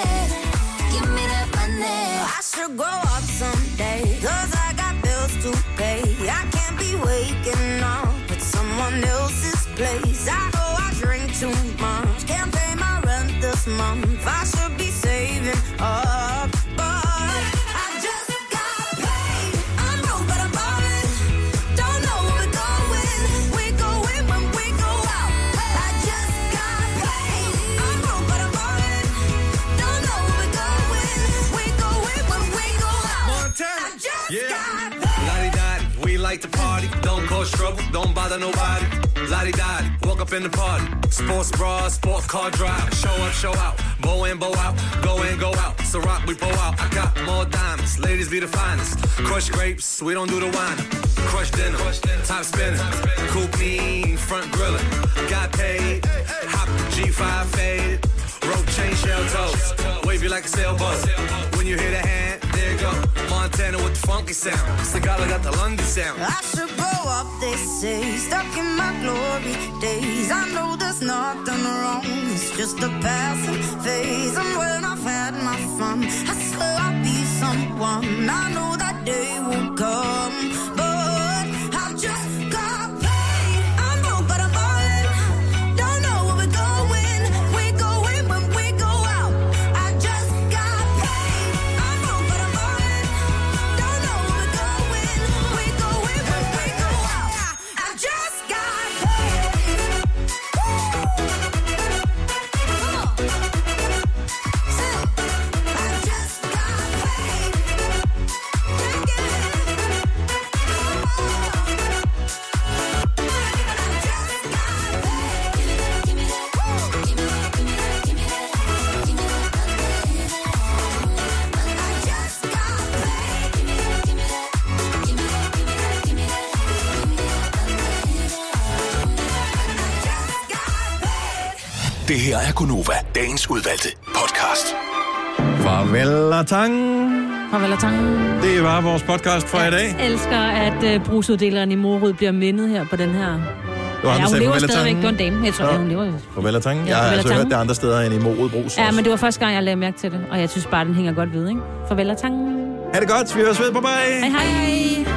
Give me that money. I should grow up someday. Cause I got bills to pay. I can't be waking up at someone else's place. I know I drink too much. Can't pay my rent this month. I should be saving.
trouble, don't bother nobody. Lottie dottie, walk up in the party. Sports bra, sports car drive. Show up, show out. Bow in, bow out. Go in, go out. So rock, we pull out. I got more diamonds. Ladies be the finest. Crush grapes, we don't do the wine. Crush dinner, top spinner. Coupe mean, front griller. Got paid. Hop the G5 fade. Rope chain shell toes. Wavy like a sailboat. When you hit a hand, there you go. Montana with the funky sound. Cigala got the London sound.
I should grow up, they say. Stuck in my glory days. I know there's nothing wrong. It's just a passing phase. And when I've had my fun, I swear I'll be someone. I know that day will come. But I've just got pain. I'm broke, but I'm ballin'. Don't know where we're going. We're going when we go out. I just got pain. I'm broke, but I'm ballin'. Don't know where we're going. We're going when we go out. I just got paid.
Det her er Gunova, dagens udvalgte podcast.
Farvel og tang.
Farvel og tang.
Det var vores podcast for i dag.
elsker, at uh, brugsuddeleren i Morud bliver mindet her på den her...
der
ja, hun
sagde
lever
farvel og
stadigvæk.
tak.
Det var en dame. Jeg tror,
Nå.
ja. hun lever.
Farvel og tang.
Ja,
Jeg har
farvel og
altså
tang.
hørt det andre steder end i Morodbrugs.
Ja, men det var første gang, jeg lagde mærke til det. Og jeg synes bare, den hænger godt ved, ikke? Farvel og tangen.
Ha' det godt. Vi høres ved. Bye bye.
Hej, hej.